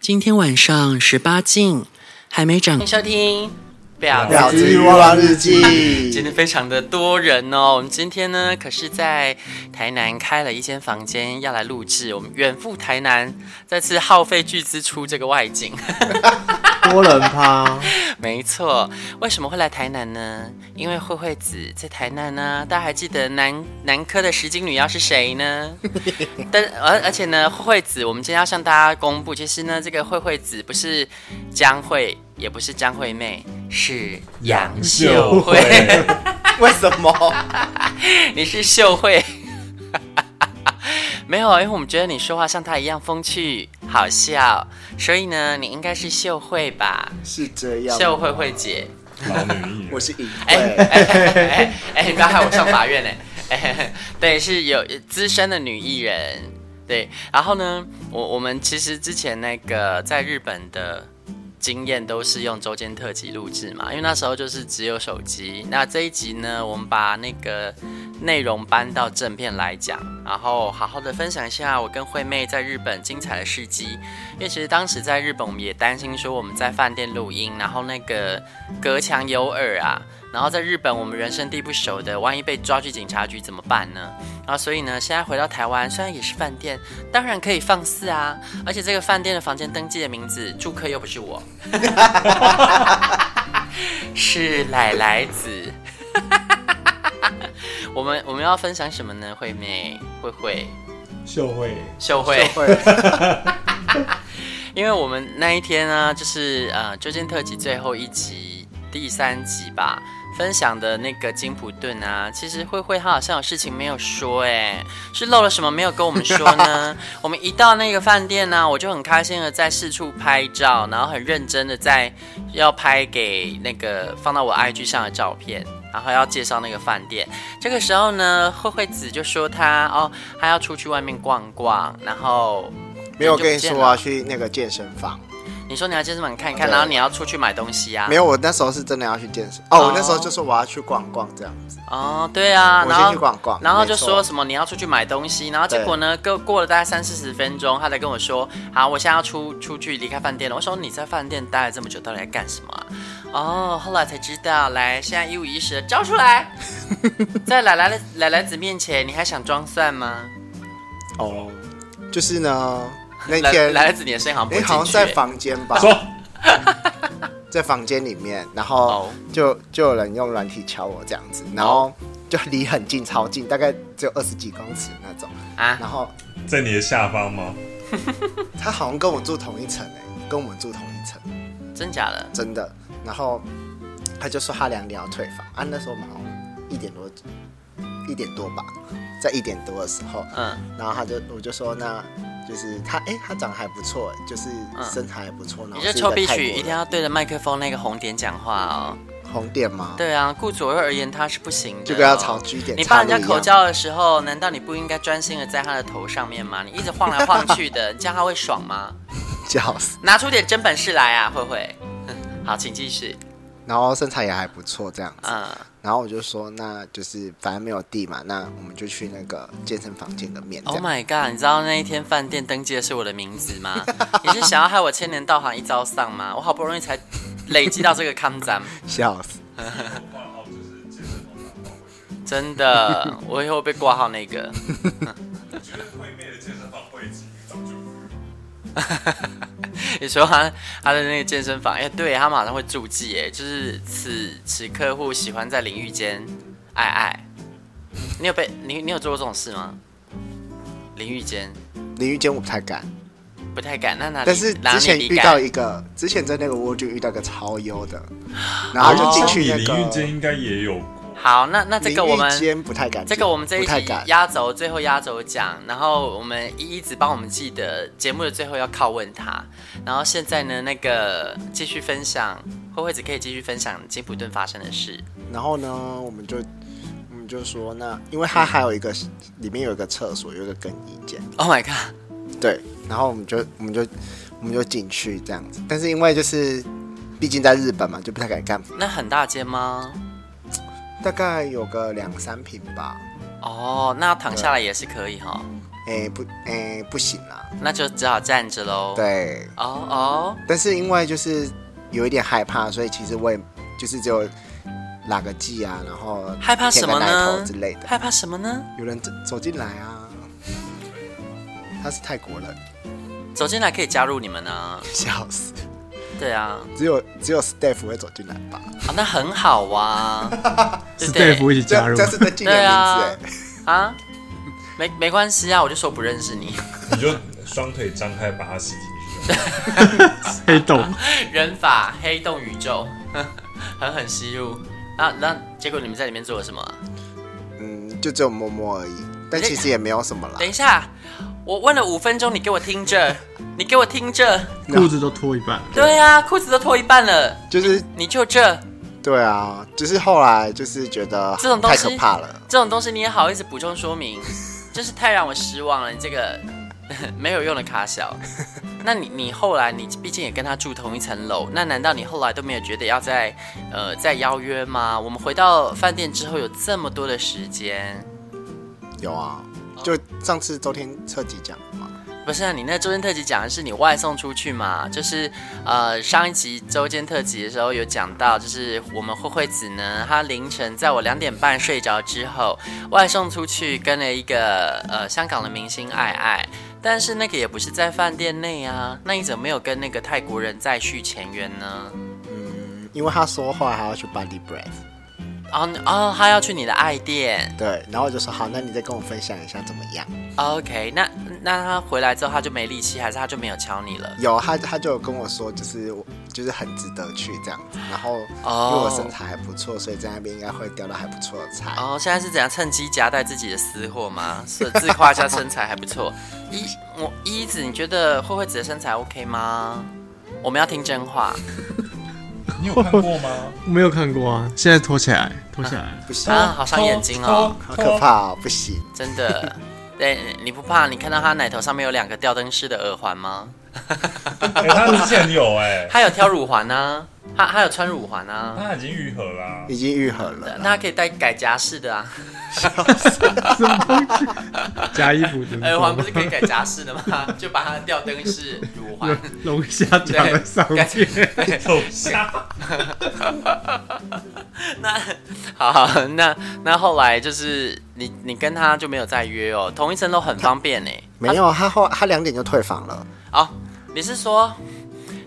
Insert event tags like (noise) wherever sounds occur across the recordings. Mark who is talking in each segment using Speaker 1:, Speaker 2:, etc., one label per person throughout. Speaker 1: 今天晚上十八禁，还没长。欢迎收听表
Speaker 2: 婊子欲望日记
Speaker 1: 今天非常的多人哦。我们今天呢，可是在台南开了一间房间要来录制，我们远赴台南，再次耗费巨资出这个外景。
Speaker 2: 多人趴，
Speaker 1: 没错，为什么会来台南呢？因为慧慧子在台南呢、大家还记得南南科的石金女妖是谁呢？ (laughs) 但而而且呢，慧慧子，我们今天要向大家公布，其实呢，这个慧慧子不是江慧，也不是江惠妹，是杨秀慧，
Speaker 2: 为什么？
Speaker 1: (laughs) 你是秀慧。 (laughs) 没有，因为我们觉得你说话像她一样风趣好笑，所以呢，你应该是秀慧吧？
Speaker 2: 是这样吗，
Speaker 1: 秀慧慧姐。
Speaker 3: 老女艺人
Speaker 2: 我是隐
Speaker 1: 哎
Speaker 2: 晦，
Speaker 1: 哎哎哎哎，你不要害我上法院嘞、哎，对，是有资深的女艺人，对。然后呢，我我们其实之前那个在日本的经验都是用周间特辑录制嘛，因为那时候就是只有手机。那这一集呢，我们把那个内容搬到正片来讲，然后好好的分享一下我跟惠妹在日本精彩的事迹。因为其实当时在日本，我们也担心说我们在饭店录音，然后那个隔墙有耳啊，然后在日本我们人生地不熟的，万一被抓去警察局怎么办呢？然后所以呢，现在回到台湾，虽然也是饭店，当然可以放肆啊，而且这个饭店的房间登记的名字，住客又不是我， (laughs) 是奶奶子。 (laughs) 我们我们要分享什么呢？惠妹、慧慧、
Speaker 3: 秀慧，
Speaker 1: 秀慧。
Speaker 2: 社会
Speaker 1: 因为我们那一天呢，就是呃《究竟特辑》最后一集第三集吧，分享的那个金普顿啊，其实慧慧她好像有事情没有说、哎，是漏了什么没有跟我们说
Speaker 2: (laughs)
Speaker 1: 呢？我们一到那个饭店呢、我就很开心的在四处拍照，然后很认真的在要拍给那个放到我 IG 上的照片。然后要介绍那个饭店，这个时候呢，慧慧子就说她哦，她要出去外面逛逛，然后
Speaker 2: 没有我跟你说
Speaker 1: 人
Speaker 2: 啊，
Speaker 1: 就不见了
Speaker 2: 去那个健身房。
Speaker 1: 你说你要健身房看一看，
Speaker 2: 对
Speaker 1: 然后你要出去买东西啊？
Speaker 2: 没
Speaker 1: 有
Speaker 2: 有，我那时候是真的要去健身。
Speaker 1: 哦
Speaker 2: 哦，我那时候就说我要去逛逛这样子。
Speaker 1: 哦，对啊，
Speaker 2: 我
Speaker 1: 然
Speaker 2: 先
Speaker 1: 后
Speaker 2: 去逛逛
Speaker 1: 然后就
Speaker 2: 没错
Speaker 1: 说什么你要出去买东西，然后结果呢，过过了大概三四十分钟，他才跟我说，好，我现在要出出去离开饭店了。我说你在饭店待了这么久，到底在干什么啊？哦，后来才知道，来，现在一五一十交出来，
Speaker 2: (laughs)
Speaker 1: 在奶奶的奶奶子面前，你还想装蒜吗？
Speaker 2: 哦，就是呢，那
Speaker 1: 奶
Speaker 2: 天
Speaker 1: 奶奶子，你的声音好像不
Speaker 2: 你
Speaker 1: 会
Speaker 2: 哎好像
Speaker 1: 进去
Speaker 2: 在
Speaker 1: 欸。
Speaker 2: 房间吧？
Speaker 3: 说
Speaker 2: 在房间里面，然
Speaker 1: 哦
Speaker 2: 后就就有人用软体敲我这样子，然后就离很近，超近，大概只有二十几公尺那种。
Speaker 1: 啊
Speaker 2: 然后
Speaker 3: 在你的下方吗？
Speaker 2: 他好像跟我住同一层诶、跟我们住同一层，
Speaker 1: 真假的？
Speaker 2: 真的。然后他就说他两点要退房啊，那时候我们好像一点多，一点多吧，在一点多的时候，
Speaker 1: 嗯，
Speaker 2: 然后他就我就说那就是他诶、他长得还不错、就是
Speaker 1: 嗯
Speaker 2: 身材还不错，然
Speaker 1: 你
Speaker 2: 后
Speaker 1: 这
Speaker 2: 是一
Speaker 1: 臭
Speaker 2: 个
Speaker 1: 必
Speaker 2: 泰国
Speaker 1: 须一定
Speaker 2: 人
Speaker 1: 要对着麦克风那个红点讲话哦。
Speaker 2: 红点吗？
Speaker 1: 对啊，顾左右而言他是不行的、
Speaker 2: 就跟他吵居点
Speaker 1: 你帮人
Speaker 2: 差
Speaker 1: 家
Speaker 2: 不多一样
Speaker 1: 口交的时候，难道你不应该专心的在他的头上面吗？你一直晃来晃去
Speaker 2: (laughs)
Speaker 1: 的，你这样他会爽吗？
Speaker 2: 笑死。
Speaker 1: 拿出点真本事来啊，慧慧。 (laughs) 好，请继续。
Speaker 2: 然后身材也还不错这样子，
Speaker 1: 嗯，
Speaker 2: 然后我就说那就是反正没有地嘛，那我们就去那个健身房见个面这
Speaker 1: Oh
Speaker 2: 样。
Speaker 1: my god！你知道那一天饭店登记的是我的名字
Speaker 2: (laughs)
Speaker 1: 吗？你是想要害我千年道行一朝丧吗？我好不容易才累积到这个康展，
Speaker 2: 笑死！
Speaker 1: 真的，我以后被挂号那个。你说他他的那个健身房，哎、对他马上会注记，哎，就是此此客户喜欢在淋浴间爱爱。你有被你你有做过这种事吗？淋浴间
Speaker 2: 淋浴间我不太敢，
Speaker 1: 不太敢，那哪里？
Speaker 2: 但是
Speaker 1: 哪
Speaker 2: 之前
Speaker 1: 里
Speaker 2: 遇
Speaker 1: 比
Speaker 2: 到
Speaker 1: 敢？
Speaker 2: 一个，之前在那个蜗居遇到一个超优的，
Speaker 1: 哦
Speaker 2: 然后就进去
Speaker 3: 你
Speaker 2: 那
Speaker 3: 淋浴
Speaker 2: 个
Speaker 3: 间应该也有过，
Speaker 1: 好，那那这个我们
Speaker 2: 淋浴间不太敢进，
Speaker 1: 这个我们这一
Speaker 2: 不太
Speaker 1: 集
Speaker 2: 敢，
Speaker 1: 压轴最后压轴讲，然后我们一一直帮我们记得节目的最后要拷问他，然后现在呢那个继续分享，慧慧子可以继续分享金普顿发生的事。
Speaker 2: 然后呢，我们就我们就说那，因为它还有一个里面有一个厕所，有一个更衣间，
Speaker 1: Oh my god！
Speaker 2: 对，然后我们就我们就我们就进去这样子，但是因为就是毕竟在日本嘛，就不太敢干，
Speaker 1: 那很大间吗？
Speaker 2: 大概有个两三平吧，
Speaker 1: 哦，那躺下来也是可以哈。
Speaker 2: 哎、不，哎、不行啦，
Speaker 1: 那就只好站着喽。，
Speaker 2: 对，
Speaker 1: 哦哦，
Speaker 2: 但是因为就是有一点害怕，所以其实我也就是只有拉个记啊，然后
Speaker 1: 害怕什么
Speaker 2: 舔个奶
Speaker 1: 呢
Speaker 2: 头之类的。
Speaker 1: 害怕什么呢？
Speaker 2: 有人走走进来啊，他是泰国人，
Speaker 1: 走进来可以加入你们啊。
Speaker 2: 笑死，
Speaker 1: 对啊，
Speaker 2: 只有只有 staff 会走进来吧？
Speaker 1: 啊那很好
Speaker 2: (laughs)
Speaker 1: 啊，对
Speaker 4: 是
Speaker 1: 不
Speaker 4: 对付
Speaker 1: 对？
Speaker 4: 一起
Speaker 2: 这
Speaker 4: 加入
Speaker 2: 这，是在记你的
Speaker 1: 对啊
Speaker 2: 名字、欸，
Speaker 1: 啊，没没关系啊，我就说不认识你，
Speaker 3: 你就双腿张开把它吸进去就好。
Speaker 4: 黑洞
Speaker 1: 人法黑洞宇宙，狠狠吸入。那那结果你们在里面做了什么、啊？
Speaker 2: 嗯，就只有摸摸而已，但其实也没有什么啦
Speaker 1: 等。一下，我问了五分钟，你给我听着，你给我听着。
Speaker 4: (laughs) 裤子都脱一半了，
Speaker 1: 对啊，裤子都脱一半了，
Speaker 2: 就是
Speaker 1: 你就这
Speaker 2: 对啊，就是后来就是觉得
Speaker 1: 这种东
Speaker 2: 太
Speaker 1: 西
Speaker 2: 可怕了，
Speaker 1: 这种东西你也好意思补充说明，真是太让我失望了。你这个 (laughs) 没有用的卡小，那你你后来你毕竟也跟他住同一层楼，那难道你后来都没有觉得要再呃再邀约吗？我们回到饭店之后有这么多的时间，
Speaker 2: 有啊，就上次周天彻底讲的嘛，
Speaker 1: 不是啊，你那周间特辑讲的是你外送出去嘛？就是呃，上一集周间特辑的时候有讲到，就是我们慧慧子呢，她凌晨在我两点半睡着之后，外送出去跟了一个呃香港的明星爱爱，但是那个也不是在饭店内啊，那你怎么没有跟那个泰国人再续前缘呢？
Speaker 2: 嗯，因为他说后来还要去 Body Breath，
Speaker 1: 哦哦，他要去你的爱店
Speaker 2: 对，然后我就说好，那你再跟我分享一下怎么样？
Speaker 1: ，OK？那那他回来之后他就没力气，还是他就没有敲你了？
Speaker 2: 有他他就有跟我说，就是我就是很值得去这样子，然后
Speaker 1: 哦
Speaker 2: 因为我身材还不错，所以在那边应该会钓到还不错的菜。
Speaker 1: 哦，现在是怎样趁机夹带自己的私货吗？是自夸一下身材还不错。 (laughs) 一我一子，你觉得慧慧子的身材 OK 吗？我们要听真话。
Speaker 3: 你有看过吗？
Speaker 4: 我没有看过啊，现在脱起来，脱起来，
Speaker 2: 不行，
Speaker 1: 啊，好伤眼睛哦，
Speaker 2: 好可怕、哦，不行，
Speaker 1: 真的。 (laughs) 对，你不怕你看到她奶头上面有两个吊灯式的耳环吗？
Speaker 3: 哎、他之前有哎、
Speaker 1: 她有挑乳环呢、啊，她她有穿乳环呢、啊。
Speaker 3: 他已经愈
Speaker 1: (laughs)
Speaker 3: 合哦啦、
Speaker 2: 已经愈合了啦。
Speaker 1: 那她可以戴改夹式的啊，
Speaker 4: (laughs)
Speaker 1: (laughs)
Speaker 4: 什么东西？ (laughs) 夹衣服的
Speaker 1: 耳哎环不是可以改夹式的吗？就把她的吊灯式乳环
Speaker 4: (laughs) 龙龙虾夹在上面， (laughs)
Speaker 1: 对
Speaker 3: 手下
Speaker 1: 那 (laughs) 好，那那后来就是你你跟他就没有再约哦，同一层楼很方便呢。
Speaker 2: 没有，他后他两点就退房了。
Speaker 1: 哦，你是说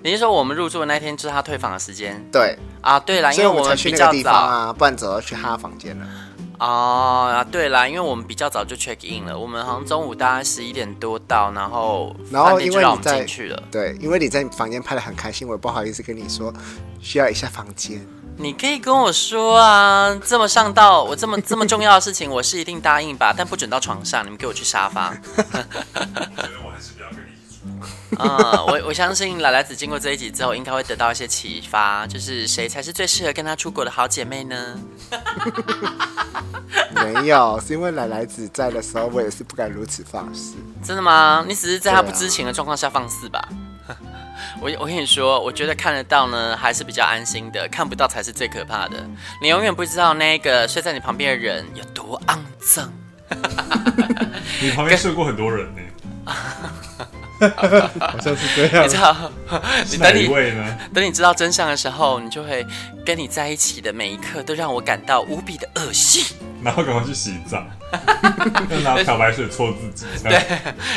Speaker 1: 你是说我们入住的那天就是他退房的时间
Speaker 2: 对，
Speaker 1: 啊？对啦，因
Speaker 2: 所
Speaker 1: 为
Speaker 2: 以
Speaker 1: 我
Speaker 2: 我
Speaker 1: 们
Speaker 2: 才去
Speaker 1: 比
Speaker 2: 那
Speaker 1: 较
Speaker 2: 个地方
Speaker 1: 早
Speaker 2: 啊，不然早就去他房间了。
Speaker 1: 哦啊，对啦，因为我们比较早就 check in 了，我们好像中午大概十一点多到，然后
Speaker 2: 然后
Speaker 1: 饭店
Speaker 2: 因
Speaker 1: 就
Speaker 2: 为
Speaker 1: 让我
Speaker 2: 你
Speaker 1: 们
Speaker 2: 在
Speaker 1: 进去了。
Speaker 2: 对，因为你在房间拍的很开心，我也不好意思跟你说需要一下房间。
Speaker 1: 你可以跟我说啊，这么上到我这么这么重要的事情，我是一定答应吧，但不准到床上，你们给我去沙发。
Speaker 3: 我觉得我还是不要跟你一起住。
Speaker 1: (laughs) 嗯，我我相信奶奶子经过这一集之后，应该会得到一些启发，就是谁才是最适合跟她出国的好姐妹呢？
Speaker 2: 没有， (laughs) 是因为奶奶子在的时候，我也是不敢如此放肆。
Speaker 1: 真的吗？你只是在她不
Speaker 2: 对啊
Speaker 1: 知情的状况下放肆吧？
Speaker 3: 啊
Speaker 1: 我我跟你说，我觉得看得到呢，还是比较安心的；看不到才是最可怕的。你永远不知道那个睡在你旁边的人有多肮脏。
Speaker 3: 嗯你旁边睡过很多人呢、
Speaker 4: 好像是这
Speaker 1: (laughs)
Speaker 4: 样
Speaker 1: 你。知
Speaker 3: (laughs)
Speaker 1: 道，你
Speaker 3: 是哪
Speaker 1: 等
Speaker 3: 一
Speaker 1: 你
Speaker 3: 位呢？
Speaker 1: 等你知道真相的时候，你就会跟你在一起的每一刻都让我感到无比的恶心。
Speaker 3: 然后赶快去洗
Speaker 1: (laughs)
Speaker 3: 澡，要拿漂白水搓自己。对，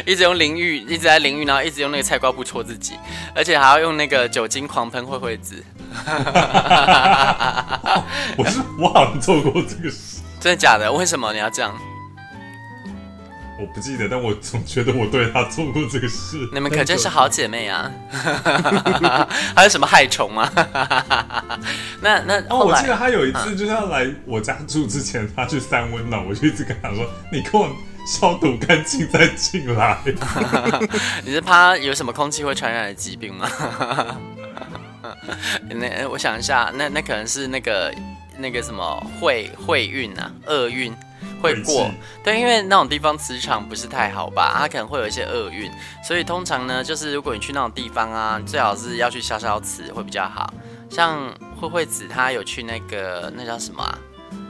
Speaker 1: 一直用淋浴，一直在淋浴，然后一直用那个菜瓜布戳自己，而且还要用那个酒精狂喷慧慧子。
Speaker 3: 我是我好像做过这个事，
Speaker 1: (laughs) 真的假的？为什么你要这样？
Speaker 3: 我不记得，但我总觉得我对他做过这个事。
Speaker 1: 你们可真是好姐妹啊！ (laughs) 还有什么害虫吗？ (laughs) 那那
Speaker 3: 哦，
Speaker 1: 后
Speaker 3: 我
Speaker 1: 来嗯
Speaker 3: 记得他有一次就是要来我家住之前，他去三温暖，我就一直跟他说：“你给我消毒干净再进来。
Speaker 1: (laughs) 你是怕有什么空气会传染的疾病吗？ (laughs) 那我想一下，那那可能是那个那个什么会会运啊，厄运会过
Speaker 3: 晦气。
Speaker 1: 对，因为那种地方磁场不是太好吧，它可能会有一些厄运，所以通常呢，就是如果你去那种地方啊，最好是要去消消磁会比较好。像慧慧子她有去那个那叫什么啊？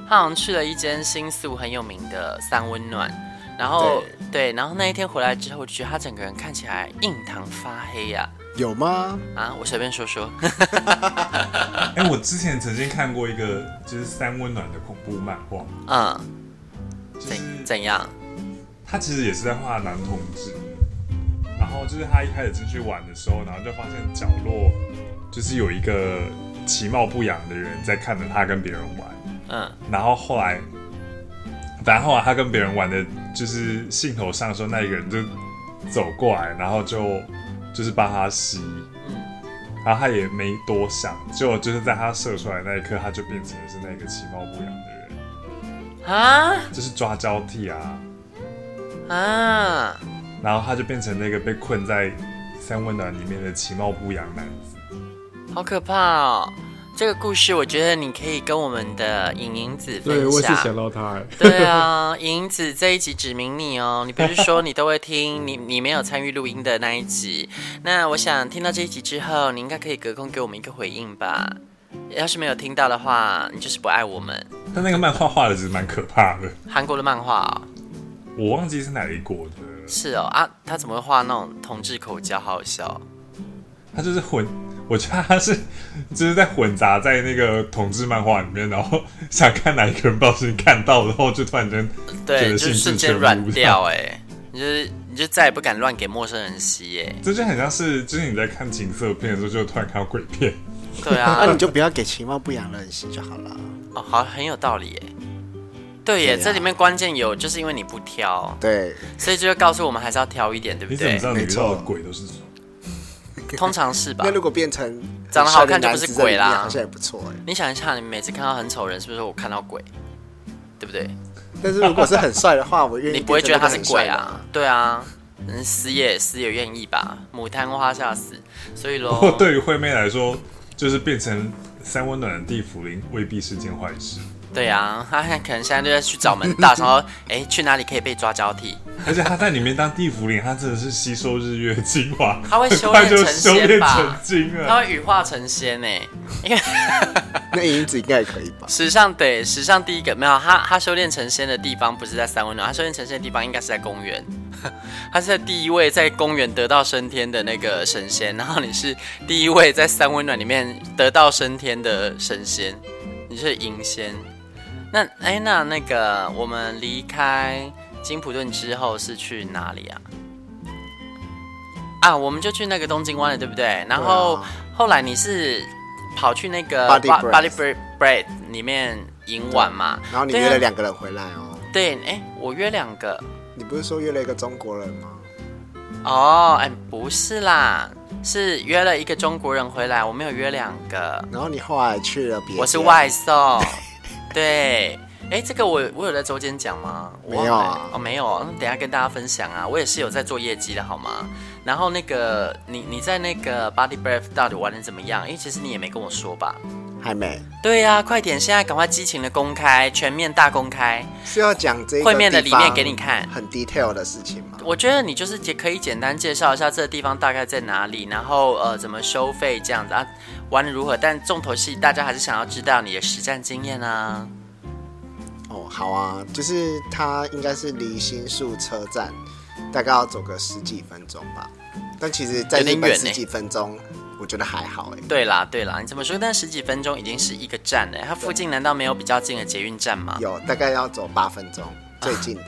Speaker 1: 她好像去了一间新宿很有名的三温暖，然后对，然后那一天回来之后，觉得他整个人看起来印堂发黑呀、
Speaker 2: 有吗？
Speaker 1: 啊！我随便说说， (laughs)
Speaker 3: 哎、我之前曾经看过一个就是三温暖的恐怖漫画，
Speaker 1: 嗯，
Speaker 3: 就是
Speaker 1: 怎怎样？
Speaker 3: 他其实也是在画男同志，然后就是他一开始进去玩的时候，然后就发现角落就是有一个其貌不扬的人在看着他跟别人玩，
Speaker 1: 嗯
Speaker 3: 然后后来，反正后来他跟别人玩的就是兴头上的时候，那一个人就走过来，然后就就是帮他吸，
Speaker 1: 嗯，
Speaker 3: 然后他也没多想，结果就是在他射出来那一刻，他就变成是那个其貌不扬的人，
Speaker 1: 啊
Speaker 3: 就是抓交替啊，
Speaker 1: 啊！
Speaker 3: 然后他就变成那个被困在三温暖里面的其貌不扬男子。
Speaker 1: 好可怕哦！这个故事，我觉得你可以跟我们的影影子
Speaker 4: 对，
Speaker 1: 分
Speaker 4: 我也是想
Speaker 1: 享。
Speaker 4: 到他、 (laughs) 哎
Speaker 1: 对啊，影影子这一集指明你哦，你不是说你都会听，你你没有参与录音的那一集。那我想听到这一集之后，你应该可以隔空给我们一个回应吧。要是没有听到的话，你就是不爱我们。
Speaker 3: 但那个漫画画的其实蛮可怕的，
Speaker 1: 韩国的漫画、哦、
Speaker 3: 我忘记是哪一国的了。
Speaker 1: 是哦啊，他怎么会画那种同志口交？好好笑哦、
Speaker 3: 他就是混，我觉得他是就是在混杂在那个同志漫画里面，然后想看哪一个人不小心看到，然后就突然间觉
Speaker 1: (laughs) 对，
Speaker 3: 得
Speaker 1: 就是
Speaker 3: 兴
Speaker 1: 瞬
Speaker 3: 致全
Speaker 1: 间
Speaker 3: 无
Speaker 1: 软掉哎、你就是你就再也不敢乱给陌生人吸耶、
Speaker 3: (laughs) 这就很像是就是你在看情色片的时候，就突然看到鬼片，
Speaker 1: 对啊，
Speaker 2: 那你就不要给其貌不扬的人吸就好了。
Speaker 1: 哦，好，很有道理耶。对耶，
Speaker 2: 对啊
Speaker 1: 这里面关键有就是因为你不挑，
Speaker 2: 对，
Speaker 1: 所以就会告诉我们还是要挑一点， (laughs) 对不
Speaker 3: 你怎么
Speaker 1: 对
Speaker 3: 知？道你
Speaker 2: 没
Speaker 3: 遇
Speaker 2: 错
Speaker 3: 到的鬼都是
Speaker 1: 通常是吧
Speaker 2: 那？如果变成
Speaker 1: 长得好看就不是
Speaker 2: 帅
Speaker 1: 鬼
Speaker 2: 的男子在里面
Speaker 1: 啦
Speaker 2: 好像也不错哎。
Speaker 1: 你想一下，你每次看到很丑人，是不是我看到鬼？对不对？
Speaker 2: 但是如果是很帅的话，我愿意。
Speaker 1: (laughs) 你不会觉得他是鬼啊？？对啊，嗯，死也死也愿意吧，牡丹花下死。所以
Speaker 3: 不过
Speaker 1: 喽，
Speaker 3: (laughs) 对于惠妹来说，就是变成三温暖的地府灵未必是件坏事，
Speaker 1: 对啊，他可能现在就在去找门道，想说，哎，去哪里可以被抓交替？
Speaker 3: 而且他在里面当地府灵，他真的是吸收日月精华，
Speaker 1: 他会修
Speaker 3: 很 (laughs) 快
Speaker 1: 炼
Speaker 3: 就
Speaker 1: 成
Speaker 3: 修炼
Speaker 1: 仙
Speaker 3: 成
Speaker 1: 吧？
Speaker 3: 精啊
Speaker 1: 他
Speaker 3: 了。
Speaker 1: 会羽化成仙呢、欸
Speaker 2: 啊那银子应该也
Speaker 1: (laughs)
Speaker 2: 可以吧？
Speaker 1: 史上对史上第一个没有他，他修炼成仙的地方不是在三温暖，他修炼成仙的地方应该是在公园。 (laughs) 他是在第一位在公园得到升天的那个神仙，然后你是第一位在三温暖里面得到升天的神仙，你是银仙。那哎，那那个我们离开金普顿之后是去哪里啊？啊，我们就去那个东京湾了，对不对？然后、
Speaker 2: 对啊
Speaker 1: 后来你是跑去那个
Speaker 2: Body
Speaker 1: Ba-
Speaker 2: Breath
Speaker 1: Body Breath Bread 里面赢碗嘛？
Speaker 2: 然后你
Speaker 1: 对啊
Speaker 2: 约了两个人回来哦，
Speaker 1: 对，哎、我约两个
Speaker 2: 你不是说约了一个中国人吗？
Speaker 1: 哦，哎、不是啦，是约了一个中国人回来，我没有约两个，
Speaker 2: 然后你后来去了别，
Speaker 1: 我是，外
Speaker 2: (laughs)
Speaker 1: 送，对。哎，这个我我有在周间讲吗？我忘
Speaker 2: 没有
Speaker 1: 了
Speaker 2: 啊
Speaker 1: 哦，没有哦，那等一下跟大家分享啊。我也是有在做业绩的，好吗？然后那个你你在那个 Body Breath 到底玩的怎么样？因为其实你也没跟我说吧？
Speaker 2: 还没
Speaker 1: 对呀、快点，现在赶快激情的公开，全面大公开。
Speaker 2: 是要讲这个
Speaker 1: 会面的
Speaker 2: 地方
Speaker 1: 里面给你看
Speaker 2: 很 detail 的事情吗？
Speaker 1: 我觉得你就是也可以简单介绍一下这个地方大概在哪里，然后呃怎么收费这样子啊，玩的如何？但重头戏大家还是想要知道你的实战经验啊。
Speaker 2: 哦，好啊，就是它应该是离新宿车站大概要走个十几分钟吧，但其实在
Speaker 1: 有点
Speaker 2: 日本
Speaker 1: 远
Speaker 2: 十
Speaker 1: 欸
Speaker 2: 几分钟，我觉得还好哎、
Speaker 1: 对啦对啦，你怎么说？但十几分钟已经是一个站了，它附近难道没有比较近的捷运站吗？
Speaker 2: 有大概要走八分钟，
Speaker 1: 啊
Speaker 2: 最近的、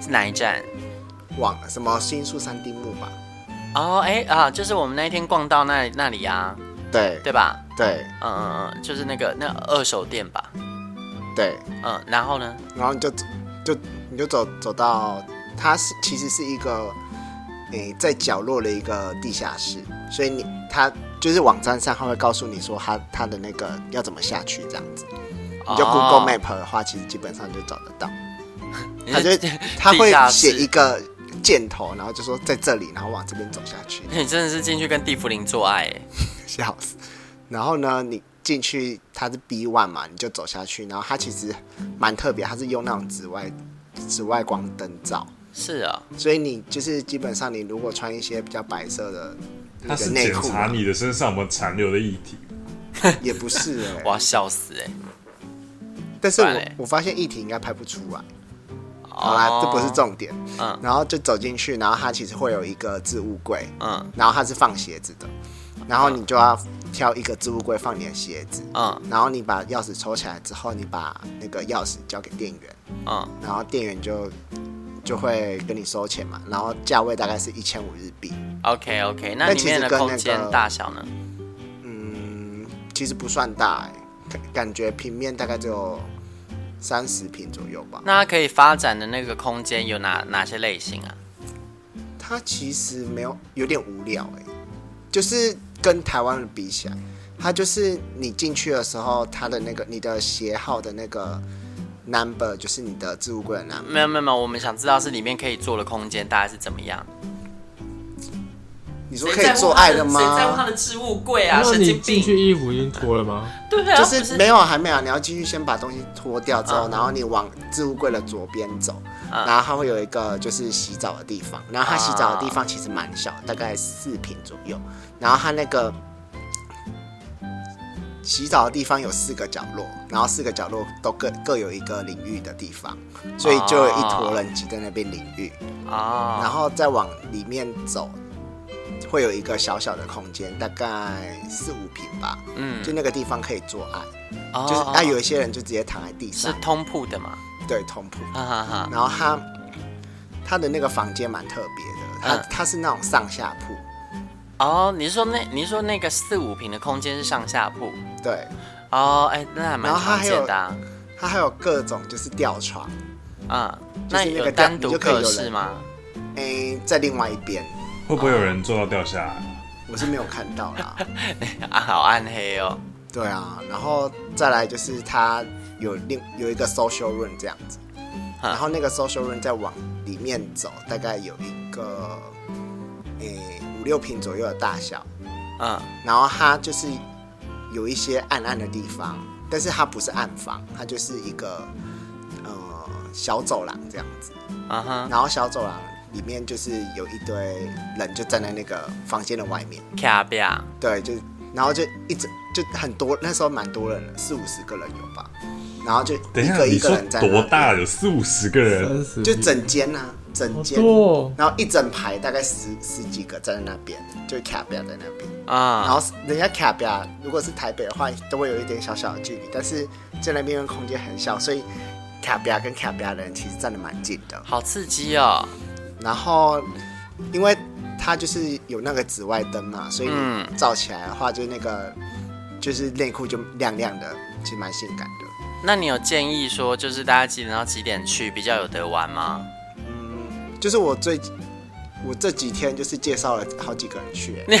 Speaker 1: 是哪一站？
Speaker 2: 忘了什么新宿三丁目吧？
Speaker 1: 哦哎啊，就是我们那一天逛到那那里啊，
Speaker 2: 对
Speaker 1: 对吧？
Speaker 2: 对
Speaker 1: 嗯嗯嗯，就是那个那二手店吧。
Speaker 2: 对，
Speaker 1: 嗯，然后呢？
Speaker 2: 然后你就走就你就走走到它是其实是一个诶、在角落的一个地下室，所以你它就是网站上它会告诉你说它它的那个要怎么下去这样子。你就 Google
Speaker 1: 哦
Speaker 2: Map 的话，其实基本上就找得到。
Speaker 1: 你
Speaker 2: 他
Speaker 1: 是 (laughs)
Speaker 2: 就他会
Speaker 1: 地下室，
Speaker 2: 写一个箭头，然后就说在这里，然后往这边走下去
Speaker 1: (laughs)
Speaker 2: (laughs)
Speaker 1: 你真的是进去跟地茯苓做爱欸，
Speaker 2: 笑死。然后呢，你进去它是 B one 嘛，你就走下去，然后它其实蛮特别，它是用那种紫外紫外光灯照，
Speaker 1: 是啊、
Speaker 2: 所以你就是基本上你如果穿一些比较白色的
Speaker 3: 他
Speaker 2: 那个
Speaker 3: 是
Speaker 2: 内
Speaker 3: 检
Speaker 2: 裤
Speaker 3: 查
Speaker 2: 啊，
Speaker 3: 你的身上有没有残留的液体，
Speaker 2: 也不是
Speaker 1: (laughs)
Speaker 2: 哎、
Speaker 1: 我要笑死哎、
Speaker 2: 但是
Speaker 1: 不然
Speaker 2: 我
Speaker 1: 嘞
Speaker 2: 我发现议题应该拍不出来，
Speaker 1: 哦
Speaker 2: 好啦
Speaker 1: 哦，
Speaker 2: 这不是重点。
Speaker 1: 嗯
Speaker 2: 然后就走进去，然后它其实会有一个置物柜，
Speaker 1: 嗯
Speaker 2: 然后它是放鞋子的，然后你就要挑一个置物柜放你的鞋子，
Speaker 1: 嗯
Speaker 2: 然后你把钥匙抽起来之后，你把那个钥匙交给店员，
Speaker 1: 嗯，
Speaker 2: 然后店员就就会跟你收钱嘛，然后价位大概是一千五日币，
Speaker 1: OK OK，那
Speaker 2: 那
Speaker 1: 里
Speaker 2: 其
Speaker 1: 面
Speaker 2: 实
Speaker 1: 的
Speaker 2: 跟
Speaker 1: 空
Speaker 2: 那
Speaker 1: 间
Speaker 2: 个
Speaker 1: 大小呢？
Speaker 2: 嗯，其实不算大、欸，感感觉平面大概只有三十平左右吧。
Speaker 1: 那它可以发展的那个空间有哪哪些类型啊？
Speaker 2: 它其实没有有点无聊哎、就是跟台湾的比起来，它就是你进去的时候，它的那个你的鞋号的那个 number 就是你的置物柜的 number，
Speaker 1: 没有没有没有，我们想知道是里面可以坐的空间大概是怎么样？
Speaker 2: 你说
Speaker 1: 谁
Speaker 2: 可
Speaker 1: 在
Speaker 2: 以
Speaker 1: 乎
Speaker 2: 做
Speaker 1: 他
Speaker 2: 爱
Speaker 1: 的
Speaker 2: 吗？
Speaker 1: 谁在乎他的置物柜啊？
Speaker 4: 然后
Speaker 1: 神
Speaker 4: 你
Speaker 1: 经
Speaker 4: 进
Speaker 1: 病！
Speaker 4: 去衣服已经脱了吗？
Speaker 1: 对 (laughs) 啊，
Speaker 2: 就
Speaker 1: 不
Speaker 2: 是没有还没有，你要继续先把东西脱掉之后，
Speaker 1: 嗯
Speaker 2: 然后你往置物柜的左边走，
Speaker 1: 嗯
Speaker 2: 然后它会有一个就是洗澡的地方，然后它洗澡的地方其实蛮小，大概四平左右，然后它那个洗澡的地方有四个角落，然后四个角落都各各有一个淋浴的地方，所以就有一坨人挤在那边淋浴，
Speaker 1: 啊，
Speaker 2: 然后再往里面走。会有一个小小的空间，大概四五平吧，
Speaker 1: 嗯，
Speaker 2: 就那个地方可以做爱。
Speaker 1: 哦
Speaker 2: 就是那有
Speaker 1: 哦
Speaker 2: 一些人就直接躺在地
Speaker 1: 是
Speaker 2: 上，
Speaker 1: 通铺的嘛？
Speaker 2: 对，同铺。
Speaker 1: 哈哈哈，
Speaker 2: 然后他他的那个房间蛮特别的，他
Speaker 1: 嗯
Speaker 2: 他是那种上下铺，
Speaker 1: 哦，你是说那你是说那个四五平的空间是上下铺？
Speaker 2: 对，
Speaker 1: 哦，哎，那还蛮
Speaker 2: 然后它
Speaker 1: 常
Speaker 2: 还
Speaker 1: 见的啊。
Speaker 2: 他还有各种就是吊床，
Speaker 1: 嗯，
Speaker 2: 就是那
Speaker 1: 有
Speaker 2: 个
Speaker 1: 单独
Speaker 2: 吊你就可以有
Speaker 1: 客室
Speaker 2: 人
Speaker 1: 吗？ (laughs)
Speaker 2: 诶，在另外一边，
Speaker 3: 会不会有人做到掉下来？
Speaker 2: 我是没有看到
Speaker 1: (laughs)
Speaker 2: 啦，
Speaker 1: 啊，好暗黑哦。
Speaker 2: 对啊，然后再来就是他有另有一个 social room 这样子，
Speaker 1: 嗯
Speaker 2: 然后那个 social room 再往里面走，大概有一个诶五六平左右的大小，
Speaker 1: 嗯，
Speaker 2: 然后它就是有一些暗暗的地方，但是它不是暗房，它就是一个呃小走廊这样子。
Speaker 1: 嗯哼，
Speaker 2: 然后小走廊里面就是有一堆人就站在那个房间的外面，
Speaker 1: 卡比亚，
Speaker 2: 对，就然后就一直就很多，那时候蛮多人的，四五十个人有吧。然后就
Speaker 3: 等一
Speaker 2: 一
Speaker 3: 下，
Speaker 2: 个
Speaker 3: 你
Speaker 2: 一个
Speaker 3: 说
Speaker 2: 人在那
Speaker 3: 多
Speaker 2: 边嗯
Speaker 3: 大？？有四五十个人，
Speaker 4: 三十
Speaker 2: 就整间啊，整
Speaker 4: 好
Speaker 2: 间，
Speaker 4: 多哦
Speaker 2: 然后一整排大概十十几个站在那边，就卡比亚在那边。然
Speaker 1: 啊，
Speaker 2: 后人家卡比亚，如果是台北的话，都会有一点小小的距离，但是在那边因为空间很小，所以卡比亚啊跟卡比亚的人其实站得蛮近的。
Speaker 1: 好刺激哦。
Speaker 2: 然后因为它就是有那个紫外灯嘛，所以
Speaker 1: 嗯
Speaker 2: 你照起来的话，就那个就是内裤就亮亮的，其实蛮性感的。
Speaker 1: 那你有建议说，就是大家几点到几点去比较有得玩吗？
Speaker 2: 就是我最我这几天就是介绍了好几个人去、
Speaker 1: (laughs)
Speaker 2: 欸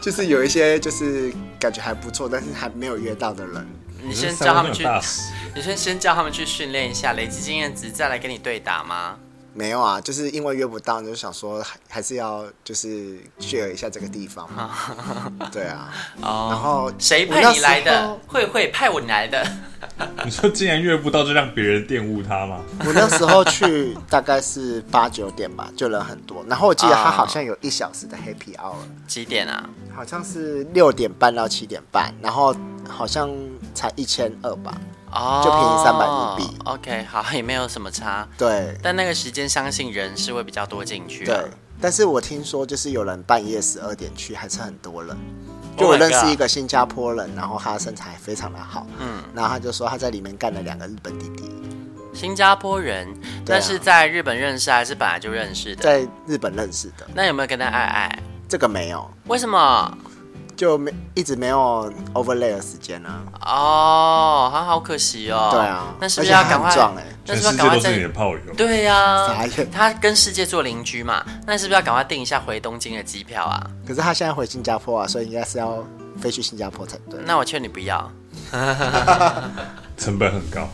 Speaker 2: 就是有一些就是感觉还不错，但是还没有约到的人。
Speaker 1: 你
Speaker 3: 我觉得
Speaker 1: 先
Speaker 3: 塞
Speaker 1: 叫他
Speaker 3: 翁
Speaker 1: 们
Speaker 3: 有
Speaker 1: 去，
Speaker 3: 大事
Speaker 1: 你先先叫他们去训练一下，累积经验值，再来跟你对打吗？
Speaker 2: 没有啊，就是因为约不到，就想说还还是要就是 share 一下这个地方嘛。
Speaker 1: (laughs)
Speaker 2: 对啊，然
Speaker 1: 哦，
Speaker 2: 后
Speaker 1: 谁
Speaker 2: 我那
Speaker 1: 派你
Speaker 2: 时
Speaker 1: 来的
Speaker 2: 候？
Speaker 1: 慧慧派我来的。 (laughs)
Speaker 3: 你说竟然越不到，就让别人玷污
Speaker 1: (laughs)
Speaker 3: 他吗？
Speaker 2: 我那时候去大概是八九点吧，就人很多。然后我记得他
Speaker 1: 啊
Speaker 2: 好像有一小时的 happy hour，
Speaker 1: 几点啊？
Speaker 2: 好像是六点半到七点半，然后好像才一千二吧。
Speaker 1: 哦，
Speaker 2: 就便宜300日币。
Speaker 1: OK，好，也没有什么差。
Speaker 2: 对
Speaker 1: 但那个时间，相信人是会比较多进去、啊
Speaker 2: 对。，但是我听说就是有人半夜十二点去，还是很多人。就
Speaker 1: Oh my
Speaker 2: 我认识
Speaker 1: God
Speaker 2: 一个新加坡人，然后他身材非常的好，嗯，然后他就说他在里面干了两个日本弟弟。
Speaker 1: 新加坡人，
Speaker 2: 对啊
Speaker 1: 那是在日本认识还是本来就认识的？
Speaker 2: 在日本认识的，
Speaker 1: 那有没有跟他爱爱？
Speaker 2: 这个没有，
Speaker 1: 为什么？
Speaker 2: 就没一直没有 overlay 的时间啊。
Speaker 1: 哦，他好可惜哦。
Speaker 2: 对啊
Speaker 1: 那是不是要赶快
Speaker 2: 而且他很壮欸？
Speaker 1: 那
Speaker 3: 全
Speaker 1: 是不是
Speaker 3: 世
Speaker 1: 要
Speaker 3: 界
Speaker 1: 赶快
Speaker 3: 都是你的
Speaker 1: 在？
Speaker 3: 炮友，
Speaker 1: 对呀、
Speaker 2: 傻眼
Speaker 1: 他跟世界做邻居嘛，那是不是要赶快订一下回东京的机票啊？
Speaker 2: 可是他现在回新加坡啊，所以应该是要飞去新加坡才对。
Speaker 1: 那我劝你不要，
Speaker 3: 成本很高。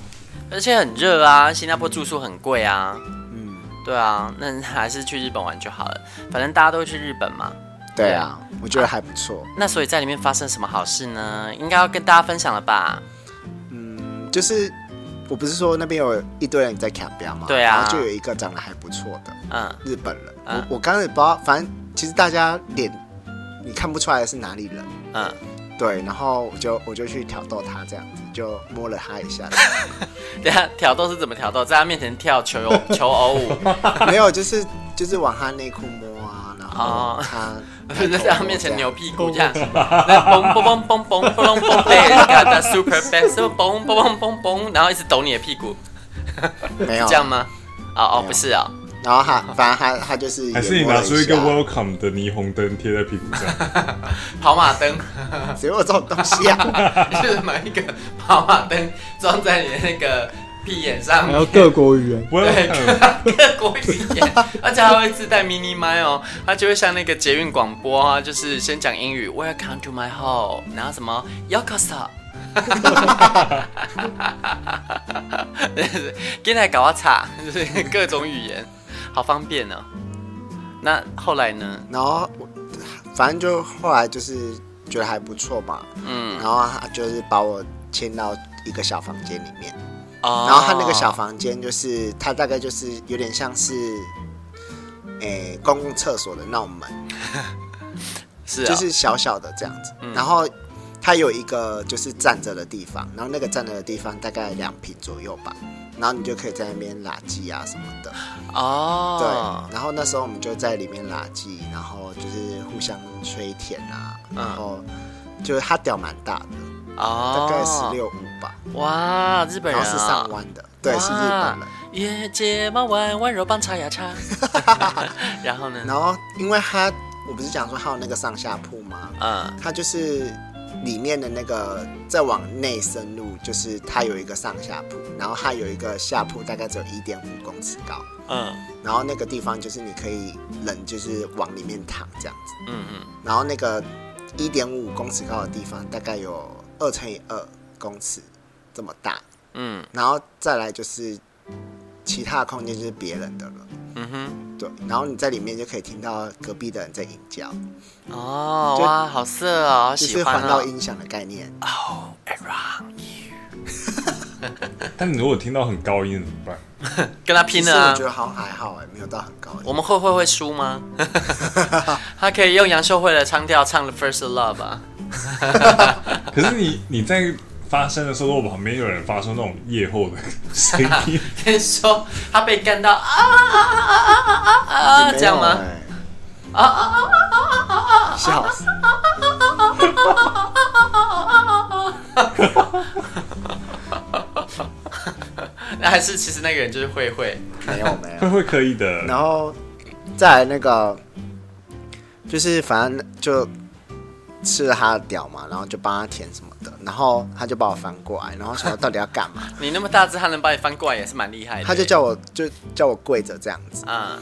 Speaker 1: 而且很热啊，新加坡住宿很贵啊。嗯，对啊，那还是去日本玩就好了，反正大家都去日本嘛。
Speaker 2: 对啊，我觉得还不错。
Speaker 1: 那所以在里面发生什么好事呢？应该要跟大家分享了吧？
Speaker 2: 就是我不是说那边有一堆人在卡标吗？
Speaker 1: 对啊
Speaker 2: 然后就有一个长得还不错的
Speaker 1: 嗯，
Speaker 2: 日本人。
Speaker 1: 嗯
Speaker 2: 我我刚才也不知道，反正其实大家脸你看不出来是哪里人，
Speaker 1: 嗯，
Speaker 2: 对，然后我就我就去挑逗他，这样子就摸了他一
Speaker 1: (laughs)
Speaker 2: 下，
Speaker 1: 等一下挑逗是怎么挑逗？在他面前跳求偶求偶舞，
Speaker 2: 没有，就是就是往他内裤摸啊，然后
Speaker 1: 哦
Speaker 2: 他
Speaker 1: 就 (laughs) 在他面前扭屁股这样，那嘣嘣嘣嘣嘣嘣嘣，对，got the super bass，嘣嘣嘣嘣嘣，然后一直抖你的屁股，
Speaker 2: 没有
Speaker 1: 这样？吗？哦哦，
Speaker 2: 没有
Speaker 1: 不是啊，
Speaker 2: 然后他反正他他就是
Speaker 3: 还是
Speaker 2: 也
Speaker 3: 你
Speaker 2: 摸
Speaker 3: 拿
Speaker 2: 了
Speaker 3: 出一个
Speaker 2: 下
Speaker 3: welcome 的霓虹灯贴在屁股
Speaker 1: (laughs)
Speaker 3: 上？
Speaker 1: 跑马灯， (laughs)
Speaker 2: 谁会有这种东西啊？ (laughs)
Speaker 1: 就是买一个跑马灯装在你的那个屁眼上
Speaker 4: 还
Speaker 1: 面
Speaker 4: 要各国语言，
Speaker 1: 对
Speaker 3: welcome，
Speaker 1: (laughs) 各国语言，而且还会自带 mini mic 哦，它就会像那个捷运广播啊，就是先讲英语，Welcome to my home，然后什么 (laughs) Yokosa，跟来搞我叉，就是 (laughs) 各种语言，好方便哦。那后来呢？
Speaker 2: 然后我反正就后来就是觉得还不错吧，
Speaker 1: 嗯，
Speaker 2: 然后他就是把我牵到一个小房间里面，
Speaker 1: 哦
Speaker 2: 然后他那个小房间就是他大概就是有点像是。诶、公共厕所的那种门，
Speaker 1: 是啊、嗯
Speaker 2: 就是小小的这样子。然后它有一个就是站着的地方，然后那个站着的地方大概两平左右吧，然后你就可以在那边拉鸡啊什么的。对
Speaker 1: 哦，，
Speaker 2: 然后那时候我们就在里面拉鸡，然后就是互相吹舔啊，
Speaker 1: 嗯
Speaker 2: 然后就是它屌蛮大的，大
Speaker 1: 哦，
Speaker 2: 概十，六五吧，
Speaker 1: 哇，日本
Speaker 2: 然
Speaker 1: 人、
Speaker 2: 后
Speaker 1: 啊、
Speaker 2: 是上弯的，对，是日本人
Speaker 1: 哇。。耶，睫毛弯弯，柔棒插呀插。 (laughs) 然后呢？
Speaker 2: 然后因为它，我不是讲说它有那个上下铺吗？
Speaker 1: 嗯，
Speaker 2: 它就是里面的那个再往内深入，就是它有一个上下铺，然后它有一个下铺，大概只有一点五公尺高，
Speaker 1: 嗯
Speaker 2: 然后那个地方就是你可以人就是往里面躺这样子，
Speaker 1: 嗯嗯，
Speaker 2: 然后那个一点五公尺高的地方大概有二乘以二公尺这么大，
Speaker 1: 嗯
Speaker 2: 然后再来就是其他的空间就是别人的了，
Speaker 1: 嗯哼，
Speaker 2: 对，然后你在里面就可以听到隔壁的人在吟叫，
Speaker 1: 哦，
Speaker 2: 就
Speaker 1: 哇，好色哦，好
Speaker 2: 就
Speaker 1: 喜
Speaker 2: 是
Speaker 1: 欢
Speaker 2: 环绕
Speaker 1: 哦。
Speaker 2: 音响的概念。
Speaker 1: 哦，around，
Speaker 3: 但你如果听到很高音怎么办？
Speaker 1: 跟他
Speaker 2: 其
Speaker 1: 拼
Speaker 2: 实
Speaker 1: 了
Speaker 2: 我
Speaker 1: 啊
Speaker 2: 觉！得好像还好哎、没有到很高音。
Speaker 1: 我们会会会输吗？他可以用杨秀慧的腔调唱《The First Love》啊。
Speaker 3: 可是你你在发声的时候，如果旁边有人发出那种夜后的声音，
Speaker 1: 跟你说，他被干到啊啊啊啊啊啊啊，这样吗？啊啊啊啊啊啊啊！
Speaker 2: 哎笑死！
Speaker 1: 那还是其实那个人就是慧慧，
Speaker 2: 没有没
Speaker 3: 会
Speaker 2: 有。
Speaker 3: 会可以的。
Speaker 2: 然后再来那个，就是反正就吃了他的屌嘛，然后就帮他舔什么的，然后他就把我翻过来，然后想说到底要干嘛，
Speaker 1: (laughs) 你那么大只，他能把你翻过来也是蛮厉害的。
Speaker 2: 他就叫我就叫我跪着这样子，
Speaker 1: 啊